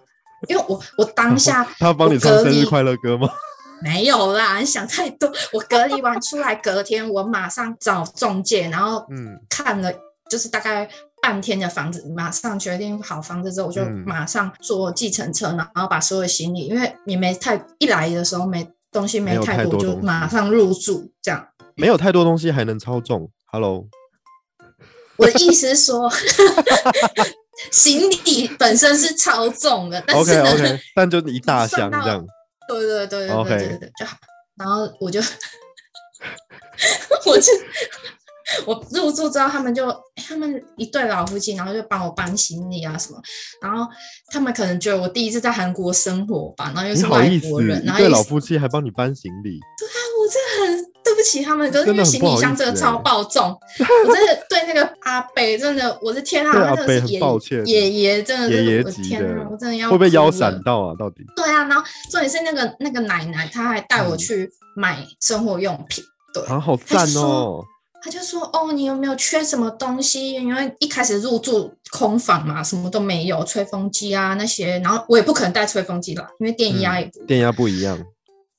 Speaker 2: 因为我我当下
Speaker 1: 他帮你唱
Speaker 2: 我隔
Speaker 1: 生日
Speaker 2: 离
Speaker 1: 快乐歌吗？
Speaker 2: 没有啦，你想太多。我隔离完出来，隔天我马上找中介，然后
Speaker 1: 嗯
Speaker 2: 看了就是大概半天的房子，马上决定好房子之后，我就
Speaker 1: 嗯
Speaker 2: 马上坐计程车，然后把所有行李，因为也没太一来的时候没东西
Speaker 1: 没
Speaker 2: 没
Speaker 1: 有太
Speaker 2: 太
Speaker 1: 多
Speaker 2: 多，就
Speaker 1: 东西
Speaker 2: 马上入住这样。
Speaker 1: 没有太多东西还能操纵。Hello，
Speaker 2: 我的意思是说，行李本身是超重的， 但
Speaker 1: OK
Speaker 2: 是呢
Speaker 1: OK，但就一大箱
Speaker 2: 算到
Speaker 1: 这样，
Speaker 2: 对对对对
Speaker 1: OK
Speaker 2: 对对对，就好。然后我就，我就我入住之后，他们就他们一对老夫妻，然后就帮我搬行李啊什么。然后他们可能觉得我第一次在韩国生活吧，然后又
Speaker 1: 你
Speaker 2: 是
Speaker 1: 好
Speaker 2: 外
Speaker 1: 意思，
Speaker 2: 国人，
Speaker 1: 一
Speaker 2: 然后
Speaker 1: 对
Speaker 2: 又
Speaker 1: 老
Speaker 2: 是
Speaker 1: 夫妻还帮你搬行李，
Speaker 2: 我真的很对不起他们，就是
Speaker 1: 真
Speaker 2: 因
Speaker 1: 的
Speaker 2: 为
Speaker 1: 很
Speaker 2: 行
Speaker 1: 不好
Speaker 2: 李
Speaker 1: 意
Speaker 2: 箱真的
Speaker 1: 思
Speaker 2: 超
Speaker 1: 欸
Speaker 2: 爆 重，我真的对那个阿北真的，我的天啊，
Speaker 1: 对阿
Speaker 2: 他真
Speaker 1: 北
Speaker 2: 的
Speaker 1: 很
Speaker 2: 是爷
Speaker 1: 抱歉
Speaker 2: 爷爷真的
Speaker 1: 爷
Speaker 2: 是
Speaker 1: 爷
Speaker 2: 我的
Speaker 1: 级
Speaker 2: 天
Speaker 1: 的
Speaker 2: 啊，我真的要
Speaker 1: 会不会
Speaker 2: 哭
Speaker 1: 腰
Speaker 2: 了
Speaker 1: 闪到啊？到底
Speaker 2: 对啊，然后重点是那个那个奶奶，她还带我
Speaker 1: 嗯
Speaker 2: 去买生活用品，对，
Speaker 1: 啊，好
Speaker 2: 他
Speaker 1: 赞
Speaker 2: 就哎说
Speaker 1: 哦！
Speaker 2: 他就说：“哦，你有没有缺什么东西？因为一开始入住空房嘛，什么都没有，吹风机啊那些，然后我也不可能带吹风机啦，因为
Speaker 1: 嗯
Speaker 2: 电压也不、
Speaker 1: 电压不一样，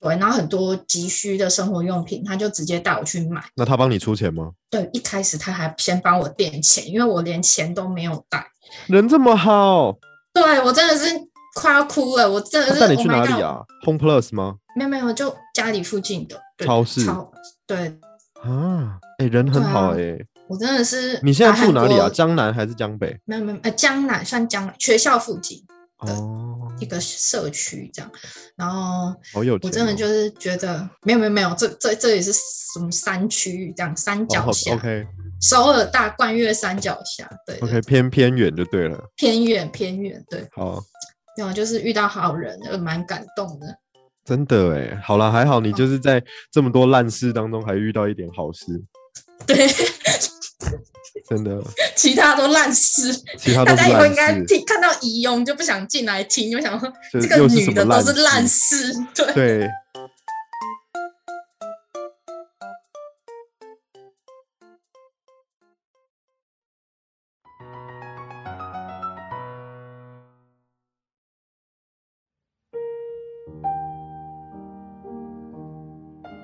Speaker 2: 对，然后很多急需的生活用品，他就直接带我去买。
Speaker 1: 那他帮你出钱吗？
Speaker 2: 对，一开始他还先帮我垫钱，因为我连钱都没有带。
Speaker 1: 人这么
Speaker 2: 呃
Speaker 1: 好，
Speaker 2: 对我真的是快要哭了，我真的
Speaker 1: 他
Speaker 2: 是。
Speaker 1: 带你去哪
Speaker 2: oh my
Speaker 1: 里
Speaker 2: god，
Speaker 1: 啊？Home Plus 吗？
Speaker 2: 没有没有，就家里附近的对
Speaker 1: 超市
Speaker 2: 超对。”
Speaker 1: 啊，哎，人很好
Speaker 2: 对啊
Speaker 1: 哎。
Speaker 2: 我真的是
Speaker 1: 你现
Speaker 2: 把
Speaker 1: 在
Speaker 2: 韩
Speaker 1: 住哪里啊？
Speaker 2: 国
Speaker 1: 江南还是江北？
Speaker 2: 没有没有，呃，江南算江南学校附近对
Speaker 1: 哦，
Speaker 2: 一个社区这样。然后
Speaker 1: 好有钱哦。
Speaker 2: 我真的就是觉得，没有没有没有，这这这也是什么山区这样，山
Speaker 1: 哦
Speaker 2: 脚下，
Speaker 1: OK
Speaker 2: 首尔大冠岳山脚下，对
Speaker 1: OK，偏偏远就对了。
Speaker 2: 偏远偏远，对，
Speaker 1: 好，
Speaker 2: 然后就是遇到好人，呃，蛮感动的。
Speaker 1: 真的哎，好啦，还好你就是在这么多烂事当中还遇到一点好事，
Speaker 2: 对，
Speaker 1: 真的，
Speaker 2: 其他都烂事，
Speaker 1: 其他
Speaker 2: 大
Speaker 1: 都
Speaker 2: 家
Speaker 1: 是
Speaker 2: 以后
Speaker 1: 烂
Speaker 2: 应该
Speaker 1: 事，
Speaker 2: 听看到仪容就不想进来听，就想说
Speaker 1: 就
Speaker 2: 这个
Speaker 1: 又是
Speaker 2: 女
Speaker 1: 什
Speaker 2: 的
Speaker 1: 么
Speaker 2: 都是烂
Speaker 1: 烂事？
Speaker 2: 事，对。
Speaker 1: 对，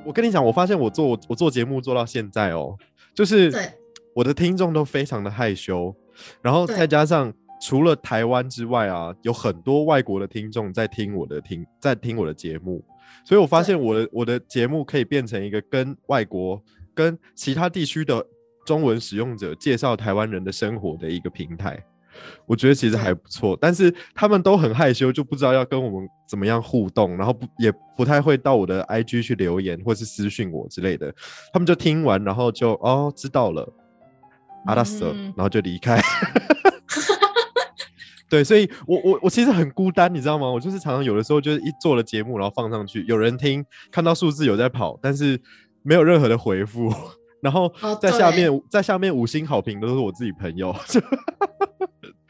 Speaker 1: 我跟你讲，我发现我做我做节目做到现在哦，就是
Speaker 2: 对
Speaker 1: 我的听众都非常的害羞，然后
Speaker 2: 对
Speaker 1: 再加上除了台湾之外啊，有很多外国的听众在听我的听在听我的节目，所以我发现我的我的节目可以变成一个跟外国跟其他地区的中文使用者介绍台湾人的生活的一个平台。我觉得其实还不错，但是他们都很害羞，就不知道要跟我们怎么样互动，然后不也不太会到我的 IG 去留言或是私讯我之类的。他们就听完，然后就哦知道了，阿拉斯，
Speaker 2: 嗯
Speaker 1: 然后就离开。 对，所以我我我其实很孤单，你知道吗？我就是常常有的时候就是一做了节目，然后放上去，有人听，看到数字有在跑，但是没有任何的回复。 然后
Speaker 2: 哦
Speaker 1: 在下
Speaker 2: 对
Speaker 1: 面、在下面五星好评的都是我自己朋友， 就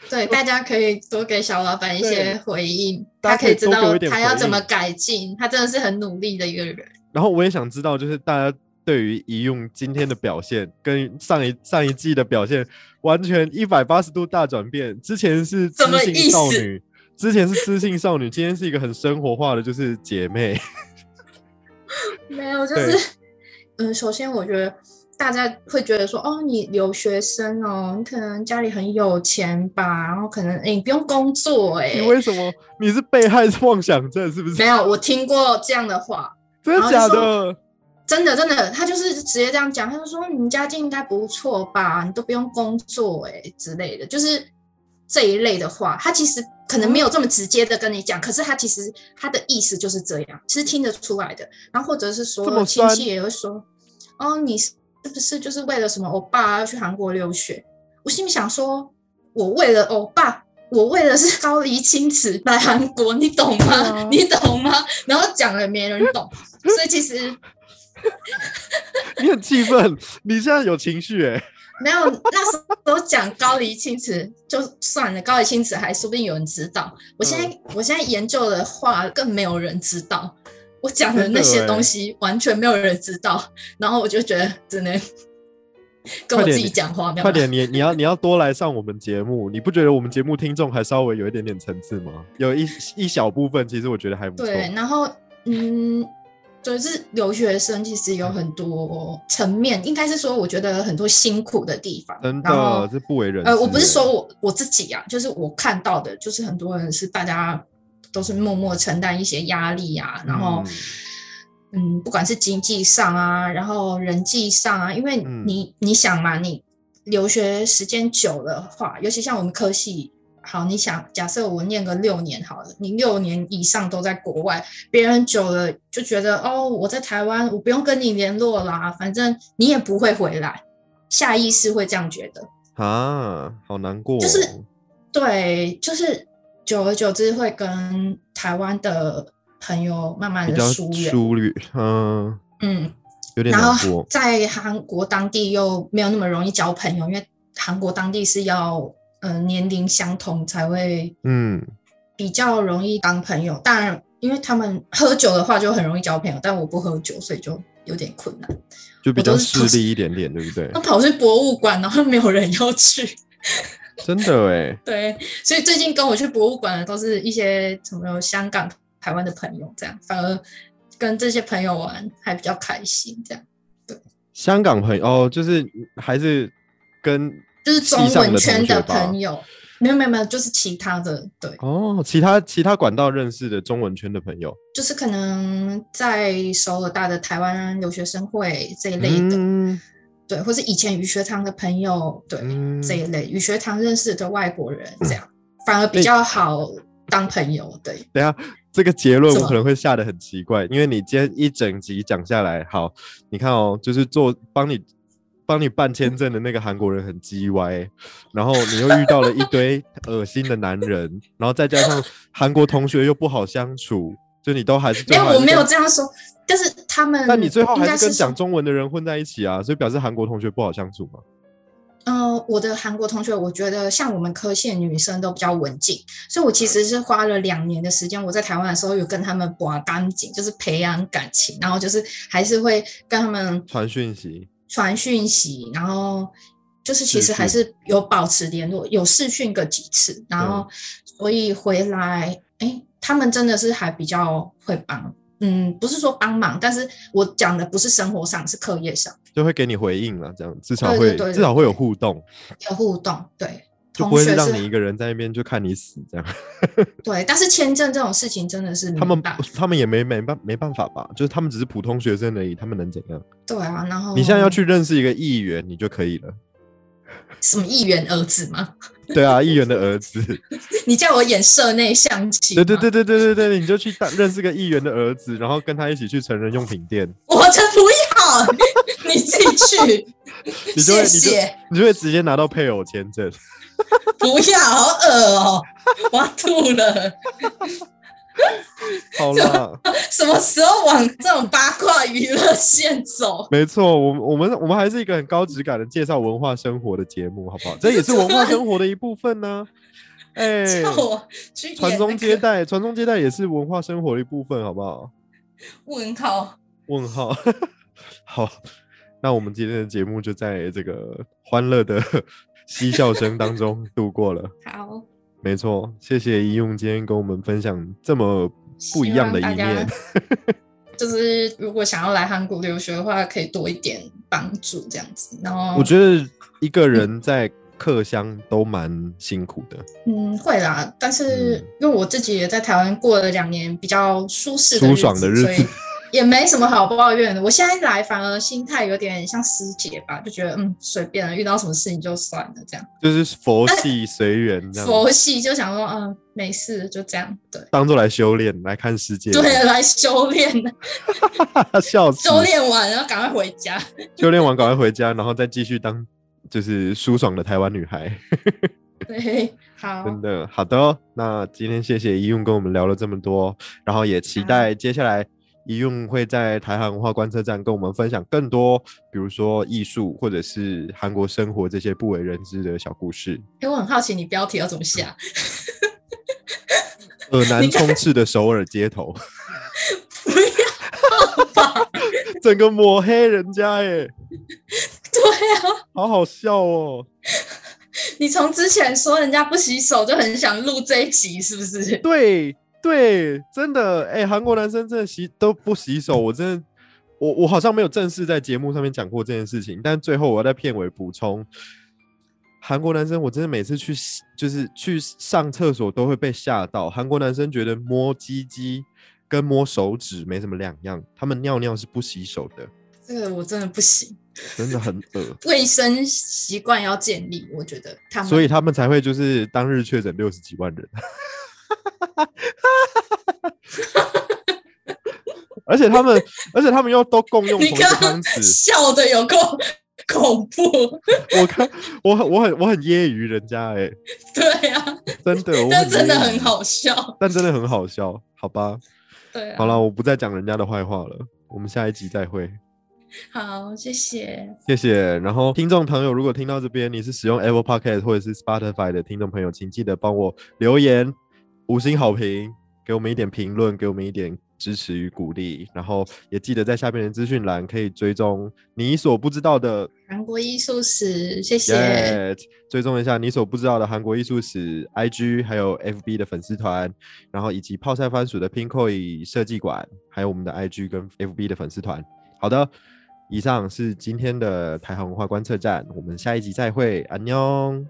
Speaker 2: 对，大家可以多给小老板一
Speaker 1: 对
Speaker 2: 些回应，
Speaker 1: 大家
Speaker 2: 他
Speaker 1: 可
Speaker 2: 以
Speaker 1: 以
Speaker 2: 知
Speaker 1: 多给我
Speaker 2: 道
Speaker 1: 一点
Speaker 2: 他要
Speaker 1: 回
Speaker 2: 怎么
Speaker 1: 应
Speaker 2: 改进。他真的是很努力的一个人。
Speaker 1: 然后我也想知道，就是大家对于一用今天的表现跟上一上一季的表现完全一百八十度大转变。之前是知
Speaker 2: 什么
Speaker 1: 性
Speaker 2: 意
Speaker 1: 少
Speaker 2: 思
Speaker 1: 女，之前是知性少女， 今天是一个很生活化的，就是姐妹。
Speaker 2: 没有，就
Speaker 1: 对
Speaker 2: 是，嗯，首先我觉得大家会觉得说，哦，你留学生哦，你可能家里很有钱吧，然后可能、哎诶你不用工作、
Speaker 1: 你
Speaker 2: 诶
Speaker 1: 为什么你是被害妄想症是不是
Speaker 2: 哎没？有，我听过这样的话，
Speaker 1: 真的
Speaker 2: 然后就
Speaker 1: 假
Speaker 2: 说
Speaker 1: 的？
Speaker 2: 真的真的，他就是直接这样讲，他就说你们家境应该不错吧，你都不用工作哎、之类的，就是这一类的话，他其实可能没有这么直接的跟你讲，可是他其实他的意思就是这样，是听得出来的。然后或者是
Speaker 1: 这么
Speaker 2: 说亲
Speaker 1: 酸
Speaker 2: 戚也会说，哦，你是不是就是为了什么欧巴要去韩国留学？我心里想说，我为了欧巴。我为了是高丽青瓷来韩国，你懂吗？
Speaker 1: 对啊
Speaker 2: 你懂吗？然后讲了没人懂，所以其实
Speaker 1: 你很气愤，你现在有情绪哎、
Speaker 2: 没有，那时候讲高丽青瓷就算了，高丽青瓷还说不定有人知道。我现在、
Speaker 1: 嗯
Speaker 2: 我现在研究的话，更没有人知道。我讲的
Speaker 1: 欸
Speaker 2: 那些东西完全没有人知道，然后我就觉得只能跟
Speaker 1: 快
Speaker 2: 我
Speaker 1: 点
Speaker 2: 自己讲话，没有
Speaker 1: 快
Speaker 2: 啦
Speaker 1: 点，你你要你要多来上我们节目，你不觉得我们节目听众还稍微有一点点层次吗？有一一小部分，其实我觉得还不错。
Speaker 2: 对，然后嗯，就是留学生其实有很多层面，应该是说我觉得很多辛苦的地方，
Speaker 1: 真
Speaker 2: 然后
Speaker 1: 的，这不为人知欸。
Speaker 2: 呃，我不是说我我自己啊，就是我看到的，就是很多人是大家都是默默承担一些压力啊，然后
Speaker 1: 嗯
Speaker 2: 嗯不管是经济上啊，然后人际上啊，因为
Speaker 1: 嗯
Speaker 2: 你、你想嘛，你留学时间久的话，尤其像我们科系。好，你想假设我念个六年好了，你六年以上都在国外，别人久了就觉得哦，我在台湾，我不用跟你联络啦，反正你也不会回来，下意识会这样觉得。
Speaker 1: 啊，好难过哦。
Speaker 2: 就是对，就是久而久之会跟台湾的朋友慢慢
Speaker 1: 比
Speaker 2: 的
Speaker 1: 较
Speaker 2: 疏远，
Speaker 1: 疏远，嗯，
Speaker 2: 嗯，
Speaker 1: 有点
Speaker 2: 然
Speaker 1: 难
Speaker 2: 后
Speaker 1: 过。
Speaker 2: 在韩国当地又没有那么容易交朋友，因为韩国当地是要呃年龄相同才会
Speaker 1: 嗯，
Speaker 2: 比较容易当朋友，当然因为他们喝酒的话就很容易交朋友，但我不喝酒，所以就有点困难。
Speaker 1: 就比
Speaker 2: 我都
Speaker 1: 较
Speaker 2: 是同
Speaker 1: 势
Speaker 2: 事
Speaker 1: 利一点点，对不对
Speaker 2: 那？跑去博物馆，然后没有人要去，
Speaker 1: 真的哎，
Speaker 2: 对，所以最近跟我去博物馆的都是一些什么香港、台湾的朋友，这样反而跟这些朋友玩还比较开心，这样
Speaker 1: 香港朋友哦，就是还是跟
Speaker 2: 就是中
Speaker 1: 系上
Speaker 2: 文
Speaker 1: 的
Speaker 2: 圈
Speaker 1: 同学
Speaker 2: 的
Speaker 1: 吧
Speaker 2: 朋友，没有没有没有，就是其他的，对，
Speaker 1: 哦，其他其他管道认识的中文圈的朋友，
Speaker 2: 就是可能在首尔大的台湾留学生会这一类的，
Speaker 1: 嗯
Speaker 2: 对，或是以前语学堂的朋友，对、
Speaker 1: 嗯，
Speaker 2: 这一类语学堂认识的外国人，这样反而比较好当朋友，对。
Speaker 1: 等一下这个结论
Speaker 2: 什
Speaker 1: 我
Speaker 2: 么
Speaker 1: 可能会下的很奇怪，因为你今天一整集讲下来，好，你看哦，就是做帮你帮你办签证的那个韩国人很鸡歪，然后你又遇到了一堆恶心的男人， 然后再加上韩国同学又不好相处，就你都还是
Speaker 2: 没
Speaker 1: 最
Speaker 2: 有，
Speaker 1: 后还
Speaker 2: 我
Speaker 1: 是
Speaker 2: 没有
Speaker 1: 跟
Speaker 2: 这样说，但是他们，
Speaker 1: 但你最后
Speaker 2: 应
Speaker 1: 还
Speaker 2: 该
Speaker 1: 是跟
Speaker 2: 说
Speaker 1: 讲中文的人混在一起啊，所以表示韩国同学不好相处嘛。
Speaker 2: 呃，我的韩国同学，我觉得像我们科系的女生都比较文静，所以
Speaker 1: 嗯
Speaker 2: 我其实是花了两年的时间。我在台湾的时候有跟他们玩干净，就是培养感情，然后就是还是会跟他们
Speaker 1: 传讯息，
Speaker 2: 传讯息，然后就是其
Speaker 1: 视
Speaker 2: 实还
Speaker 1: 讯
Speaker 2: 是有保持联络，有视讯个几次，然
Speaker 1: 嗯
Speaker 2: 后所以回来，哎，他们真的是还比较会帮，嗯，不是说帮忙，但是我讲的不是生活上，是课业上
Speaker 1: 就会给你回应了，这样至少
Speaker 2: 对
Speaker 1: 会
Speaker 2: 对对
Speaker 1: 至少会有互动，
Speaker 2: 有互动，对。
Speaker 1: 就不
Speaker 2: 同
Speaker 1: 会
Speaker 2: 学
Speaker 1: 让
Speaker 2: 是
Speaker 1: 你一个人在那边就看你死这样。
Speaker 2: 对，但是签证这种事情真的是
Speaker 1: 他们
Speaker 2: 没办法
Speaker 1: 他们也没没办没办法吧，就是他们只是普通学生而已，他们能怎样？
Speaker 2: 对啊，然后
Speaker 1: 你现在要去认识一个议员，你就可以了。
Speaker 2: 什么议员儿子吗？
Speaker 1: 对啊，议员的儿子，
Speaker 2: 你叫我演社内象棋？
Speaker 1: 对对，对对对对对，你就去当认识个议员的儿子，然后跟他一起去成人用品店，
Speaker 2: 我才不要，你自己去，
Speaker 1: 你就会
Speaker 2: 谢谢，
Speaker 1: 你就你就会直接拿到配偶签证。
Speaker 2: 不要，好恶哦、 我要吐了。
Speaker 1: 好 啦。
Speaker 2: 什么时候往这种八卦娱乐线走？
Speaker 1: 没错，我们我们我们还是一个很高质感的介绍文化生活的节目，好不好？这也是文化生活的一部分 呢、 哎、
Speaker 2: 叫我去演
Speaker 1: 传宗
Speaker 2: 那
Speaker 1: 接
Speaker 2: 个
Speaker 1: 代，传宗接代也是文化生活的一部分，好不好？
Speaker 2: 问号。
Speaker 1: 问号。 好，那我们今天的节目就在这个欢乐 的嬉笑声当中度过了。
Speaker 2: 好，
Speaker 1: 没错，谢谢一用今天跟我们分享这么不一样的一
Speaker 2: 希望大
Speaker 1: 面
Speaker 2: 家。就是如果想要来韩国留学的话，可以多一点帮助这样子。然后
Speaker 1: 我觉得一个人在客乡都蛮辛苦的。
Speaker 2: 嗯，会啦，但是
Speaker 1: 嗯
Speaker 2: 因为我自己也在台湾过了两年比较舒适的
Speaker 1: 舒爽的日子
Speaker 2: 所以也没什么好抱怨的。我现在来反而心态有点像师姐吧，就觉得嗯随便了，遇到什么事情就算了这样。
Speaker 1: 就是佛系随缘这样，
Speaker 2: 啊佛系就想说嗯没事就这样，对
Speaker 1: 当做来修炼来看世界，
Speaker 2: 对，来修炼 了，
Speaker 1: 笑死，
Speaker 2: 修炼完然后赶快回家。
Speaker 1: 修炼完赶快回家，然后再继续当就是舒爽的台湾女孩，
Speaker 2: 对，好，
Speaker 1: 真的好的哦。那今天谢谢一用跟我们聊了这么多，然后也期待接下来一用会在台韩文化观测站跟我们分享更多，比如说艺术或者是韩国生活这些不为人知的小故 事。
Speaker 2: 哎、我很好奇你标题要怎么下？
Speaker 1: 耳南充斥的首尔街头，
Speaker 2: 不要
Speaker 1: 整个抹黑人家耶，
Speaker 2: 对啊，
Speaker 1: 好好笑哦。
Speaker 2: 你从之前说人家不洗手就很想录这一集，是不是？
Speaker 1: 对对，真的，哎、韩国男生真的洗都不洗手，我真的，我我好像没有正式在节目上面讲过这件事情，但最后我要在片尾补充，韩国男生我真的每次去洗就是去上厕所都会被吓到，韩国男生觉得摸鸡鸡跟摸手指没什么两样，他们尿尿是不洗手的，
Speaker 2: 这个我真的不行，。
Speaker 1: 真的很恶
Speaker 2: 卫生习惯要建立，我觉得他们。
Speaker 1: 所以他们才会就是当日确诊六十几万人，而且他 们，而且他们又都共用同
Speaker 2: 你
Speaker 1: 一个
Speaker 2: 刚
Speaker 1: 汤
Speaker 2: 刚
Speaker 1: 匙。
Speaker 2: 笑的有够 恐怖，
Speaker 1: 我看我很我很我很揶揄人家哎、
Speaker 2: 对啊，
Speaker 1: 真的，我
Speaker 2: 但真的
Speaker 1: 揶揄
Speaker 2: 很，好笑，
Speaker 1: 但真的很好笑，好吧？
Speaker 2: 对啊。
Speaker 1: 好了，我不再讲人家的坏话了，我们下一集再会。
Speaker 2: 好，谢谢。
Speaker 1: 谢谢。然后，听众朋友，如果听到这边，你是使用 Apple Podcast 或者是 Spotify 的听众朋友，请记得帮我留言五星好评，给我们一点评论，给我们一点支持与鼓励。然后，也记得在下面的资讯栏可以追踪你所不知道的
Speaker 2: 韩国艺术史，谢谢。
Speaker 1: 耶！追踪一下你所不知道的韩国艺术史 IG，还有 FB 的粉丝团，然后以及泡菜番薯的 Pinkoi 设计馆，还有我们的 IG 跟 FB 的粉丝团。好的，以上是今天的台韩文化观测站，我们下一集再会，安妞。